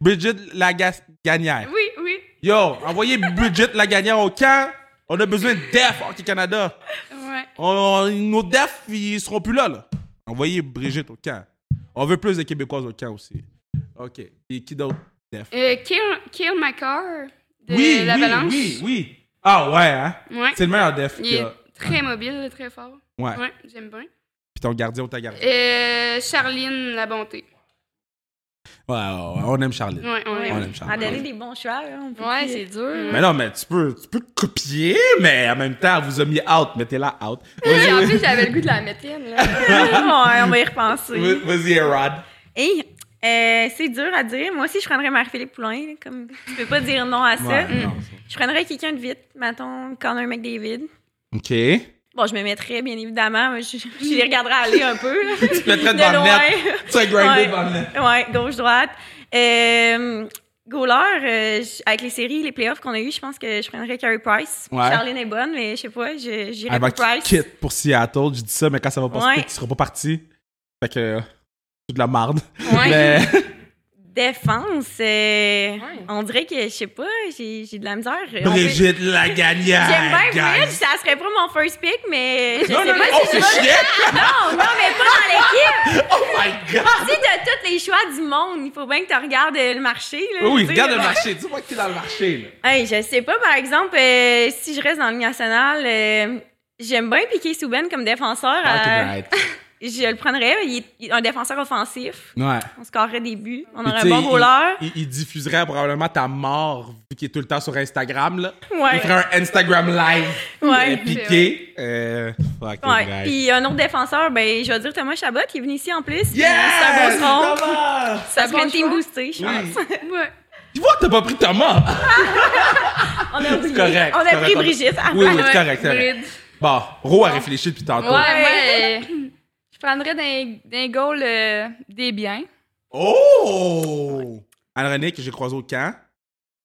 Speaker 1: Bridget la Ga- gagnère.
Speaker 3: Oui, oui.
Speaker 1: Yo, envoyez Bridget la gagnère au camp. On a besoin de def Hockey Canada.
Speaker 3: Ouais.
Speaker 1: On- on- Euh, nos def, ils seront plus là, là. Envoyez Brigitte au camp. On veut plus de Québécoises au camp aussi. OK. Et qui d'autre? Def.
Speaker 3: Euh, Kill, Kill McCarr de
Speaker 1: oui, oui,
Speaker 3: l'Avalanche.
Speaker 1: oui, oui. Ah ouais, hein?
Speaker 3: Ouais.
Speaker 1: C'est le meilleur def.
Speaker 3: Il
Speaker 1: qu'il y
Speaker 3: est
Speaker 1: a.
Speaker 3: très mobile, très fort.
Speaker 1: Ouais.
Speaker 3: Ouais, j'aime bien.
Speaker 1: Puis ton gardien ou ta gardienne.
Speaker 3: Euh, Charline La Bonté.
Speaker 1: Ouais, ouais, ouais, on aime Charlie.
Speaker 3: Ouais, on
Speaker 2: Ouais.
Speaker 3: aime.
Speaker 1: On aime Charlie.
Speaker 2: À donner des bons choix. là, on peut
Speaker 4: Ouais,
Speaker 2: plus-
Speaker 4: c'est dur.
Speaker 1: Mais non, mais tu peux, tu peux copier, mais en même temps, elle vous a mis out. Mettez-la out.
Speaker 4: Et [LAUGHS] en
Speaker 1: Vas-y,
Speaker 4: plus, j'avais le goût de la métienne, là.
Speaker 2: [LAUGHS] Ouais, on va y repenser.
Speaker 1: vas- vas-y, Erod.
Speaker 2: Et euh, c'est dur à dire. Moi aussi, je prendrais Marie-Philippe Poulin. là, Comme... Tu peux pas dire non à ça.
Speaker 1: Ouais,
Speaker 2: Mm.
Speaker 1: non,
Speaker 2: Je prendrais quelqu'un de vite. Mettons Connor McDavid.
Speaker 1: OK. Tu
Speaker 2: Bon, je me mettrais, bien évidemment. mais Je, je les regarderais aller un peu. là.
Speaker 1: le traites
Speaker 2: De
Speaker 1: devant le
Speaker 2: loin.
Speaker 1: net. Tu as grindé
Speaker 2: Ouais.
Speaker 1: devant le net.
Speaker 2: Ouais, gauche-droite. Euh, goaler, euh, j- avec les séries, les playoffs qu'on a eu, je pense que je prendrais Carey Price.
Speaker 1: Ouais.
Speaker 2: Charlene est bonne, mais je sais pas, je- j'irais
Speaker 1: Avant
Speaker 2: pour
Speaker 1: qu'il
Speaker 2: Price.
Speaker 1: quitte pour Seattle, je dis ça, mais quand ça va pas se
Speaker 2: Ouais.
Speaker 1: quitter, tu seras pas parti. Fait que. euh, C'est de la marde.
Speaker 3: Ouais.
Speaker 1: Mais.
Speaker 2: Défense, euh, on dirait que, je sais pas, j'ai j'ai de la misère. On peut-
Speaker 1: Brigitte la gagnante.
Speaker 2: J'aime bien
Speaker 1: guys.
Speaker 2: Bridge, ça serait pas mon first pick, mais je
Speaker 1: Non,
Speaker 2: sais
Speaker 1: non, non,
Speaker 2: pas
Speaker 1: oh,
Speaker 2: si
Speaker 1: c'est
Speaker 2: je vais-
Speaker 1: chiant!
Speaker 2: Non, non, mais pas dans l'équipe!
Speaker 1: Oh my god!
Speaker 2: Si de tous les choix du monde, il faut bien que tu regardes euh, le marché. Là,
Speaker 1: Oui,
Speaker 2: tu sais,
Speaker 1: regarde le
Speaker 2: là.
Speaker 1: marché. Dis-moi qui est dans le marché, là.
Speaker 2: Hey, je sais pas, par exemple, euh, si je reste dans le national, euh, j'aime bien piquer Souben comme défenseur.
Speaker 1: Ah,
Speaker 2: euh, je le prendrais. Il est- il est un défenseur offensif.
Speaker 1: Ouais.
Speaker 2: On scorerait des buts. On
Speaker 1: Puis,
Speaker 2: aurait un
Speaker 1: tu sais,
Speaker 2: bon goaler.
Speaker 1: Il, il- il diffuserait probablement ta mort, vu qu'il est tout le temps sur Instagram, là.
Speaker 2: Ouais.
Speaker 1: Il ferait un Instagram live
Speaker 2: Ouais.
Speaker 1: euh, piqué. Euh, fucking
Speaker 2: Ouais.
Speaker 1: guys.
Speaker 2: Puis un autre défenseur, ben, je vais dire Thomas Chabot qui est venu ici en plus. Puis
Speaker 1: Yes!
Speaker 2: C'est un bon tronc. [LAUGHS]
Speaker 1: Thomas!
Speaker 2: Ça serait
Speaker 3: bon
Speaker 2: une team
Speaker 3: choix.
Speaker 2: boostée, je pense.
Speaker 3: Ouais.
Speaker 1: Tu vois que t'as pas pris Thomas!
Speaker 2: On a oublié.
Speaker 1: correct,
Speaker 2: On a
Speaker 1: c'est
Speaker 2: pris
Speaker 1: correct.
Speaker 2: Brigitte. Ah,
Speaker 1: Oui, oui,
Speaker 3: Ouais,
Speaker 1: c'est correct, c'est correct.
Speaker 3: Bridge.
Speaker 1: Bon, Ro a réfléchi depuis tantôt.
Speaker 4: Ouais, moi, euh, je prendrais d'un, d'un goal euh, des biens.
Speaker 1: Oh! Anne-Renée, que j'ai croisé au camp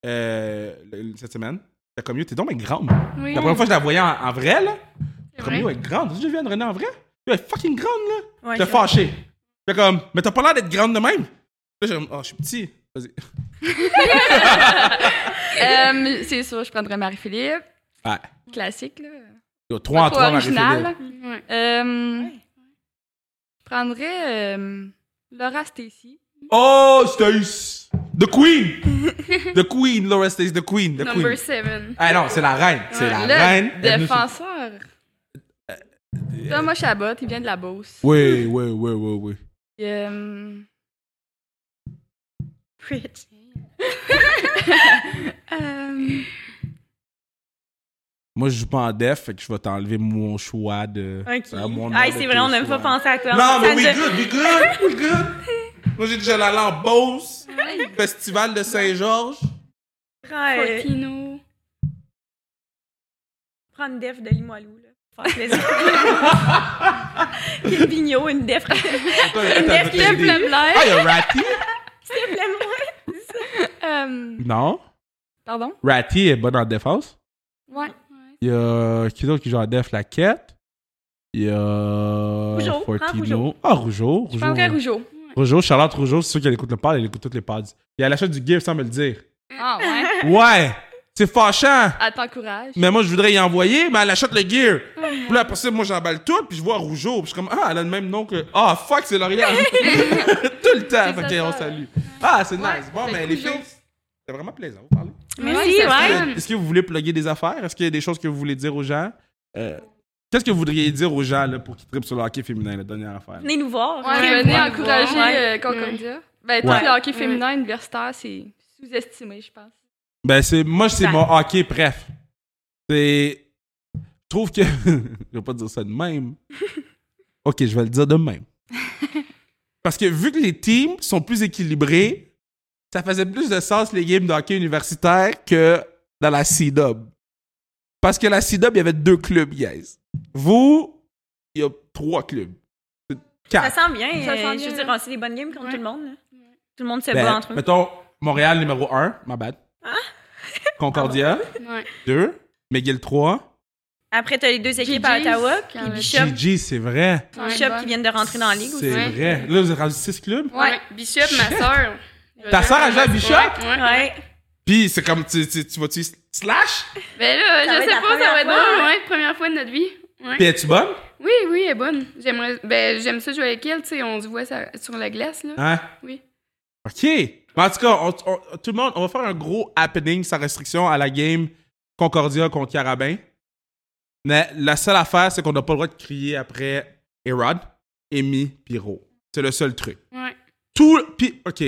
Speaker 1: euh, le- cette semaine, t'as comme yo, t'es donc bien grande.
Speaker 3: Oui.
Speaker 1: La première fois que je la voyais en, en vrai, là,
Speaker 3: C'est
Speaker 1: comme
Speaker 3: vrai.
Speaker 1: yo, elle est grande. T'as déjà vu Anne-Renée en vrai? Yo, Elle est fucking grande, là.
Speaker 2: Ouais,
Speaker 1: J'étais
Speaker 2: c'est vrai.
Speaker 1: fâché. J'étais comme, mais t'as pas l'air d'être grande de même. Là, j'ai comme, oh, je suis petit. Vas-y.
Speaker 4: Euh, c'est sûr, je prendrais Marie-Philippe.
Speaker 1: Ouais.
Speaker 4: Classique, là.
Speaker 1: Yo, 3 en
Speaker 4: Pas
Speaker 1: 3
Speaker 4: original.
Speaker 1: Marie-Philippe.
Speaker 3: Ouais.
Speaker 4: Euh, Je prendrais euh, Laura Stacy.
Speaker 1: Oh, Stace! The
Speaker 4: [LAUGHS]
Speaker 1: Queen! the Queen, Laura Stace, The Queen, The
Speaker 3: Number
Speaker 1: Queen.
Speaker 3: 7.
Speaker 1: Ah non, c'est la reine. C'est la
Speaker 4: Le
Speaker 1: reine. Elle est venue sur-
Speaker 4: défenseur. Euh, Thomas Chabot, il vient de la Beauce.
Speaker 1: Oui, oui, oui, oui, oui.
Speaker 4: Euh,
Speaker 2: Bridge.
Speaker 4: euh,
Speaker 1: Moi, je joue pas en def, fait que je vais t'enlever mon choix de.
Speaker 2: Ok.
Speaker 1: à mon nom
Speaker 2: Ah,
Speaker 1: de
Speaker 2: c'est
Speaker 1: tes
Speaker 2: vrai, on n'a
Speaker 1: choix.
Speaker 2: pas pensé à toi.
Speaker 1: Non, mais
Speaker 2: Ça
Speaker 1: we
Speaker 2: nous a-
Speaker 1: good, we good, we good. Moi, j'ai déjà la Lambose, Festival de Saint-Georges.
Speaker 2: Ouais. Euh,
Speaker 3: Fortino.
Speaker 2: prendre def de Limoilou. Là. Faire plaisir. Kim Vigneault, une def.
Speaker 1: Attends, attends, je
Speaker 2: Lef,
Speaker 1: vais
Speaker 2: lef,
Speaker 1: t'aider.
Speaker 4: Fleur Blair.
Speaker 1: Ah, il y a Ratty?
Speaker 4: Euh,
Speaker 1: Non.
Speaker 4: pardon?
Speaker 1: Ratty est bonne en défense.
Speaker 4: Ouais.
Speaker 1: Il y a qui d'autre qui joue en def? La Quête. Il y a
Speaker 2: Rougeau, prends Rougeau.
Speaker 1: Ah, Rougeau.
Speaker 4: Je prendrais
Speaker 1: Rougeau.
Speaker 4: Rougeau.
Speaker 1: Rougeau, Charlotte Rougeau, c'est sûr qu'elle écoute le pod, elle écoute toutes les pods. Il y a l'achat du GIF sans me le dire.
Speaker 4: Ah ouais.
Speaker 1: Ouais! C'est fâchant.
Speaker 4: Elle t'encourage.
Speaker 1: Mais moi, je voudrais y envoyer, mais elle achète le gear. Puis là, après ça, moi, j'emballe tout, puis je vois Rougeau. Puis je suis comme, ah, elle a le même nom que. Ah, fuck, c'est L'Oréal. tout le temps.
Speaker 4: C'est
Speaker 1: Fait
Speaker 4: ça,
Speaker 1: que, on
Speaker 4: ça.
Speaker 1: salue. Ah, c'est
Speaker 3: Ouais,
Speaker 1: nice. Bon,
Speaker 3: c'est
Speaker 1: mais les
Speaker 3: Rougeau.
Speaker 1: filles, c'est vraiment plaisant. Vous parlez.
Speaker 2: Merci,
Speaker 3: c'est
Speaker 2: ouais.
Speaker 3: fun.
Speaker 1: Est-ce que vous voulez plugger des affaires? Est-ce qu'il y a des choses que vous voulez dire aux gens? Euh, Qu'est-ce que vous voudriez dire aux gens là, pour qu'ils trippent sur le hockey féminin, la dernière affaire? là?
Speaker 2: Venez nous voir.
Speaker 4: Ouais, venez encourager
Speaker 2: Ouais.
Speaker 4: euh, Concordia. Ben, tout
Speaker 1: Ouais.
Speaker 4: le hockey féminin universitaire, c'est sous-estimé, je pense.
Speaker 1: Ben, c'est, moi, c'est
Speaker 2: Ben.
Speaker 1: mon hockey, bref. C'est. Je trouve que. [LAUGHS] je vais pas dire ça de
Speaker 2: [LAUGHS]
Speaker 1: même. ok, je vais le dire de même. Parce que vu que les teams sont plus équilibrés, ça faisait plus de sens les games de hockey universitaire que dans la C-Dub. Parce que la C-Dub, il y avait deux clubs, guys. Vous, il y a trois clubs. C'est
Speaker 2: Ça
Speaker 1: Quatre.
Speaker 2: sent bien.
Speaker 4: Ça sent
Speaker 2: euh, Je
Speaker 4: bien,
Speaker 2: veux dire,
Speaker 4: là.
Speaker 2: on sait des bonnes games contre tout le monde. là. Tout le monde se bat
Speaker 1: Ben,
Speaker 2: entre eux. Ah!
Speaker 1: mettons, Montréal numéro 1, ma bad.
Speaker 2: [LAUGHS]
Speaker 1: Concordia,
Speaker 3: Ouais.
Speaker 1: 2. McGill 3.
Speaker 2: Après, t'as les deux équipes à
Speaker 3: GGs,
Speaker 2: Ottawa,
Speaker 3: quand
Speaker 2: puis
Speaker 3: même.
Speaker 2: Bishop,
Speaker 1: GG, c'est vrai.
Speaker 3: Ouais,
Speaker 2: Bishop
Speaker 3: bonne.
Speaker 2: qui viennent de rentrer dans la ligue aussi.
Speaker 1: C'est
Speaker 3: Ouais.
Speaker 1: vrai. Là, vous êtes rendu 6 clubs.
Speaker 3: Ouais, Bishop, ma soeur.
Speaker 1: Ta sœur, elle joue à Bishop?
Speaker 3: Ouais.
Speaker 2: Ouais.
Speaker 1: Puis c'est comme, tu, tu, tu vas-tu slash?
Speaker 3: Ben là,
Speaker 2: Ça va
Speaker 3: je
Speaker 2: être la
Speaker 3: sais pas, ça va
Speaker 2: première
Speaker 3: être
Speaker 2: fois,
Speaker 3: drôle. Ouais, première fois de notre vie. Ouais.
Speaker 1: Puis es-tu bonne?
Speaker 3: Oui, oui, elle est bonne. J'aimerais, ben, j'aime ça jouer avec elle, tu sais, on se voit ça- sur la glace, là.
Speaker 1: Hein?
Speaker 3: Oui.
Speaker 1: OK. Mais en tout cas, on- on- tout le monde, on va faire un gros happening sans restriction à la game Concordia contre Carabin. Mais la seule affaire, c'est qu'on n'a pas le droit de crier après Erod, Amy, Piro. C'est le seul truc.
Speaker 3: Ouais.
Speaker 1: Tout. Puis, OK,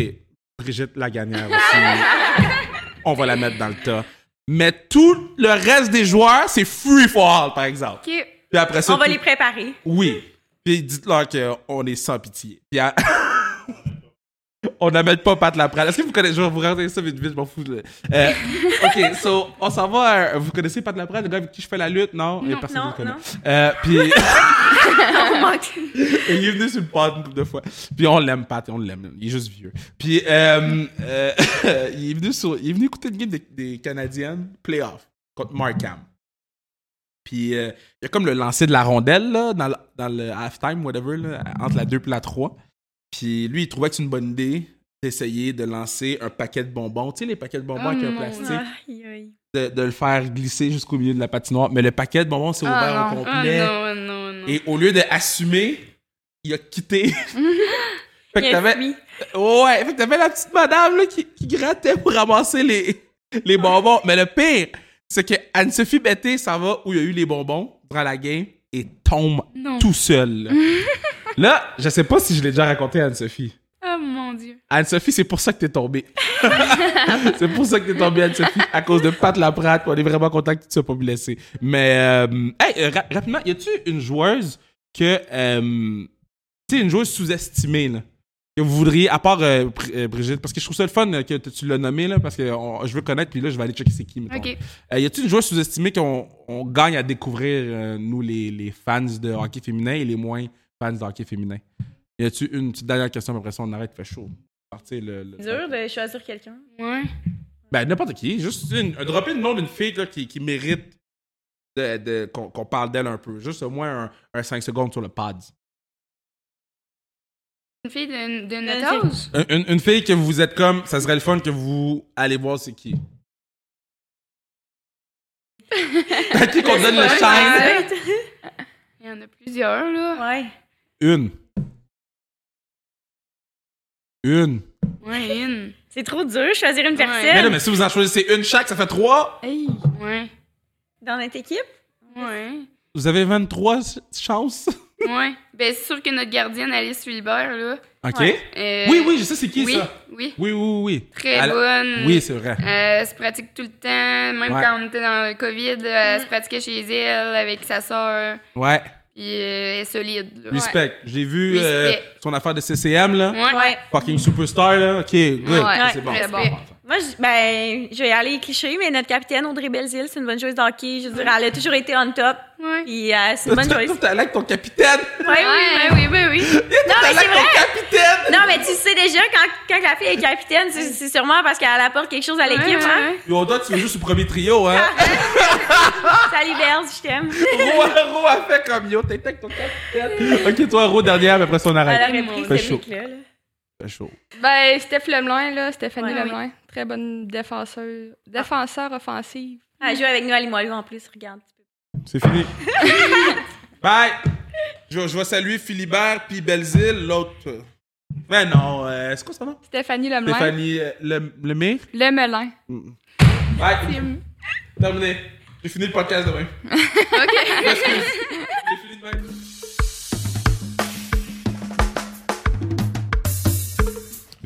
Speaker 1: Brigitte Laganière aussi.
Speaker 2: [LAUGHS]
Speaker 1: on va la mettre dans le tas. Mais tout le reste des joueurs, c'est free for all, par exemple.
Speaker 3: Ok.
Speaker 1: Puis après ça,
Speaker 2: On va
Speaker 1: tout-
Speaker 2: les préparer.
Speaker 1: oui. Puis dites-leur qu'on est sans pitié. Puis à- [LAUGHS] on n'amène pas Pat Laprade. Est-ce que vous connaissez... Je vais vous raconter ça vite, vite, je m'en fous. là. Euh, OK, so, on s'en va... à- Vous connaissez Pat Laprade, le gars avec qui je fais la lutte? Non? Il y a personne
Speaker 2: non,
Speaker 1: qui le connaît.
Speaker 2: non.
Speaker 1: Euh, puis...
Speaker 2: On manque.
Speaker 1: Et il est venu sur le pod une couple de fois. Puis on l'aime, Pat, on l'aime. Il est juste vieux. Puis euh, euh, [LAUGHS] il, est venu sur, il est venu écouter une game des, des Canadiennes, playoff, contre Markham. Puis euh, il y a comme le lancer de la rondelle là, dans, le, dans le halftime, whatever, là, entre la 2 et la 3. Puis lui, il trouvait que c'est une bonne idée d'essayer de lancer un paquet de bonbons. Tu sais, les paquets de bonbons
Speaker 3: Oh
Speaker 1: avec un
Speaker 3: mon
Speaker 1: plastique,
Speaker 2: Aïe, aïe.
Speaker 1: de, de le faire glisser jusqu'au milieu de la patinoire. Mais le paquet de bonbons s'est ouvert
Speaker 4: Ah,
Speaker 1: au
Speaker 4: non.
Speaker 3: Ah
Speaker 1: complet.
Speaker 3: non, non,
Speaker 2: Mm.
Speaker 3: non.
Speaker 1: Et au lieu d'assumer, il a
Speaker 2: [LAUGHS]
Speaker 1: quitté. fait que
Speaker 2: Il y a
Speaker 1: t'avais.
Speaker 2: lui.
Speaker 1: Ouais, fait que t'avais la petite madame là, qui, qui grattait pour ramasser les, les bonbons. Mais le pire, c'est que Anne-Sophie Betté s'en va où il y a eu les bonbons dans la game et tombe
Speaker 3: Non.
Speaker 1: tout
Speaker 2: [LAUGHS]
Speaker 1: seul. là, je sais pas si je l'ai déjà raconté à Anne-Sophie.
Speaker 3: Oh mon dieu.
Speaker 1: Anne-Sophie, c'est pour ça que t'es tombée. [LAUGHS] c'est pour ça que t'es tombée, Anne-Sophie, à cause de Pat Laprade. On est vraiment content que tu te sois pas blessée. Mais, euh, hey, euh, ra- rapidement, y a-tu une joueuse que, euh, tu sais, une joueuse sous-estimée, là, que vous voudriez, à part euh, Bri- euh, Brigitte, parce que je trouve ça le fun euh, que t- tu l'as nommée, là, parce que on- je veux connaître, puis là, je vais aller checker c'est qui, mettons.
Speaker 3: Ok.
Speaker 1: Euh, y a-t-il une joueuse sous-estimée qu'on on gagne à découvrir, euh, nous, les, les fans de hockey féminin et les moins fans de hockey féminin? Y a-t-il une petite dernière question, après ça, on arrête, fait chaud. Partir le, le-
Speaker 2: Dur de choisir quelqu'un.
Speaker 3: Ouais.
Speaker 1: Ben, n'importe qui. Juste une, un dropper le nom d'une fille là, qui, qui mérite de, de- qu'on qu'on parle d'elle un peu. Juste au moins un, 5 secondes sur le pad.
Speaker 3: Une fille de, de
Speaker 2: Euh,
Speaker 3: notre âge?
Speaker 1: Une, une- une fille que vous êtes comme, ça serait le fun que vous allez voir c'est qui. À qui qu'on donne le shine?
Speaker 2: Ouais.
Speaker 3: Il y en a plusieurs, là.
Speaker 2: Ouais.
Speaker 1: Une. Une.
Speaker 3: Ouais, une.
Speaker 2: C'est trop dur choisir une
Speaker 3: Ouais.
Speaker 1: Mais là,
Speaker 2: personne
Speaker 1: mais si vous en choisissez une chaque, ça fait trois.
Speaker 4: Hey!
Speaker 3: Ouais.
Speaker 2: dans notre équipe.
Speaker 3: Ouais.
Speaker 1: Vous avez 23 ch- chances.
Speaker 3: Ouais. Ben, c'est sûr que notre gardienne, Alice Fulbert, là.
Speaker 1: OK.
Speaker 3: euh,
Speaker 1: Oui, oui, je sais c'est qui,
Speaker 3: oui,
Speaker 1: ça.
Speaker 3: Oui.
Speaker 1: Oui, oui, oui.
Speaker 3: Très
Speaker 1: Elle-
Speaker 3: bonne.
Speaker 1: Oui, c'est vrai.
Speaker 3: Euh, elle se pratique tout le temps, même
Speaker 1: Ouais.
Speaker 3: quand on était dans le COVID, euh, elle se pratiquait chez elle avec sa soeur.
Speaker 1: Ouais.
Speaker 3: Puis euh, elle est solide. là.
Speaker 1: Respect. J'ai vu euh,
Speaker 3: Respect.
Speaker 1: son affaire de CCM, là.
Speaker 3: Ouais.
Speaker 2: Ouais.
Speaker 1: Fucking superstar, là. OK, good.
Speaker 3: Ouais,
Speaker 1: c'est bon.
Speaker 3: respect.
Speaker 2: Moi, je, ben, je vais aller cliché, mais notre capitaine Audrey Belzile, c'est une bonne joueuse de hockey. Je veux dire, elle a toujours été on top.
Speaker 3: Ouais.
Speaker 2: Puis euh, c'est
Speaker 1: [LAUGHS]
Speaker 2: une bonne joueuse.
Speaker 1: Toi, t'es allé avec ton capitaine.
Speaker 2: Ouais, oui,
Speaker 3: Ouais,
Speaker 2: oui.
Speaker 3: oui, oui, oui.
Speaker 2: Non,
Speaker 1: T'es
Speaker 2: mais
Speaker 1: allé
Speaker 2: c'est
Speaker 1: avec
Speaker 2: vrai.
Speaker 1: ton capitaine.
Speaker 2: Non, mais tu sais déjà, quand, quand la fille est capitaine, c'est- c'est sûrement parce qu'elle apporte quelque chose à l'équipe.
Speaker 3: Ouais,
Speaker 2: hein?
Speaker 3: ouais.
Speaker 1: Yo, toi, tu veux juste au premier trio,
Speaker 3: [LAUGHS]
Speaker 1: hein.
Speaker 2: [LAUGHS] Salut Berz, je t'aime.
Speaker 1: Ro, Ro a fait comme yo. T'es avec ton capitaine. OK, toi, Ro, dernière, mais après ça, on
Speaker 2: Elle
Speaker 1: arrête.
Speaker 2: aurait
Speaker 3: mon
Speaker 2: pris
Speaker 1: Fait
Speaker 2: ce
Speaker 1: chaud.
Speaker 2: mec-là. là.
Speaker 7: C'était chaud.
Speaker 4: Ben, Steph Lemelin, là, Stéphanie
Speaker 2: Ouais,
Speaker 4: Lemelin. Très bonne défenseuse. Défenseur offensive.
Speaker 2: Elle joue avec nous à Limoilou en plus, regarde.
Speaker 7: C'est fini. [LAUGHS] Bye! Je, vais- je vais saluer Philibert puis Belzile, l'autre. euh, Mais non, euh, c'est quoi son nom?
Speaker 4: Stéphanie Lemelin.
Speaker 7: Stéphanie euh, le, le Mire?
Speaker 4: Lemelin.
Speaker 7: Bye! Terminé. J'ai fini le podcast demain. OK. J'ai fini demain.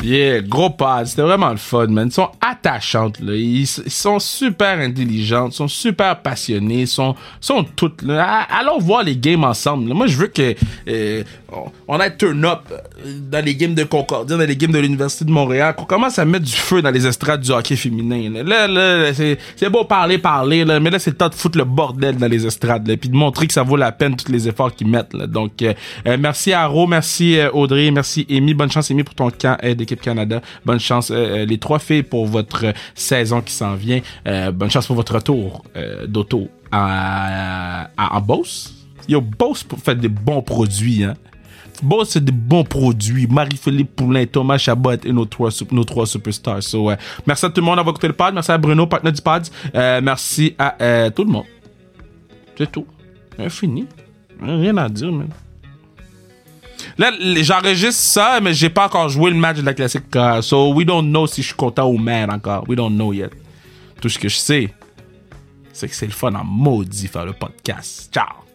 Speaker 1: Yeah, gros pod, c'était vraiment le fun, man. Ils sont attachantes, là. Ils, s- ils sont super intelligentes, sont super passionnées, sont, sont toutes, là. A- Allons voir les games ensemble. là. Moi, je veux que, euh, on, on aille turn up euh, dans les games de Concordia, dans les games de l'Université de Montréal, qu'on commence à mettre du feu dans les estrades du hockey féminin, là. Là, là, là, c'est, c'est beau parler, parler, là, mais là, c'est le temps de foutre le bordel dans les estrades, là, puis de montrer que ça vaut la peine tous les efforts qu'ils mettent, là. Donc, euh, euh, merci à Ro, merci euh, Audrey, merci Amy, bonne chance Amy pour ton camp euh, d'équipe Canada, bonne chance euh, euh, les trois filles pour votre euh, saison qui s'en vient, Euh, bonne chance pour votre retour euh, d'auto à, à- en Beauce. Yo, Beauce pour faire des bons produits, hein. Bon, c'est des bons produits. Marie-Philippe Poulin, Thomas Chabot et nos trois, sup- nos trois superstars. So, euh, merci à tout le monde d'avoir écouté le pod. Merci à Bruno, partenaire du pod. Euh, merci à euh, tout le monde. C'est tout. Infini. Rien à dire, man. Là, l- j'enregistre ça, mais j'ai pas encore joué le match de la classique. euh, so, we don't know si je suis content ou mad encore. We don't know yet. Tout ce que je sais, c'est que c'est le fun en maudit faire le podcast. Ciao!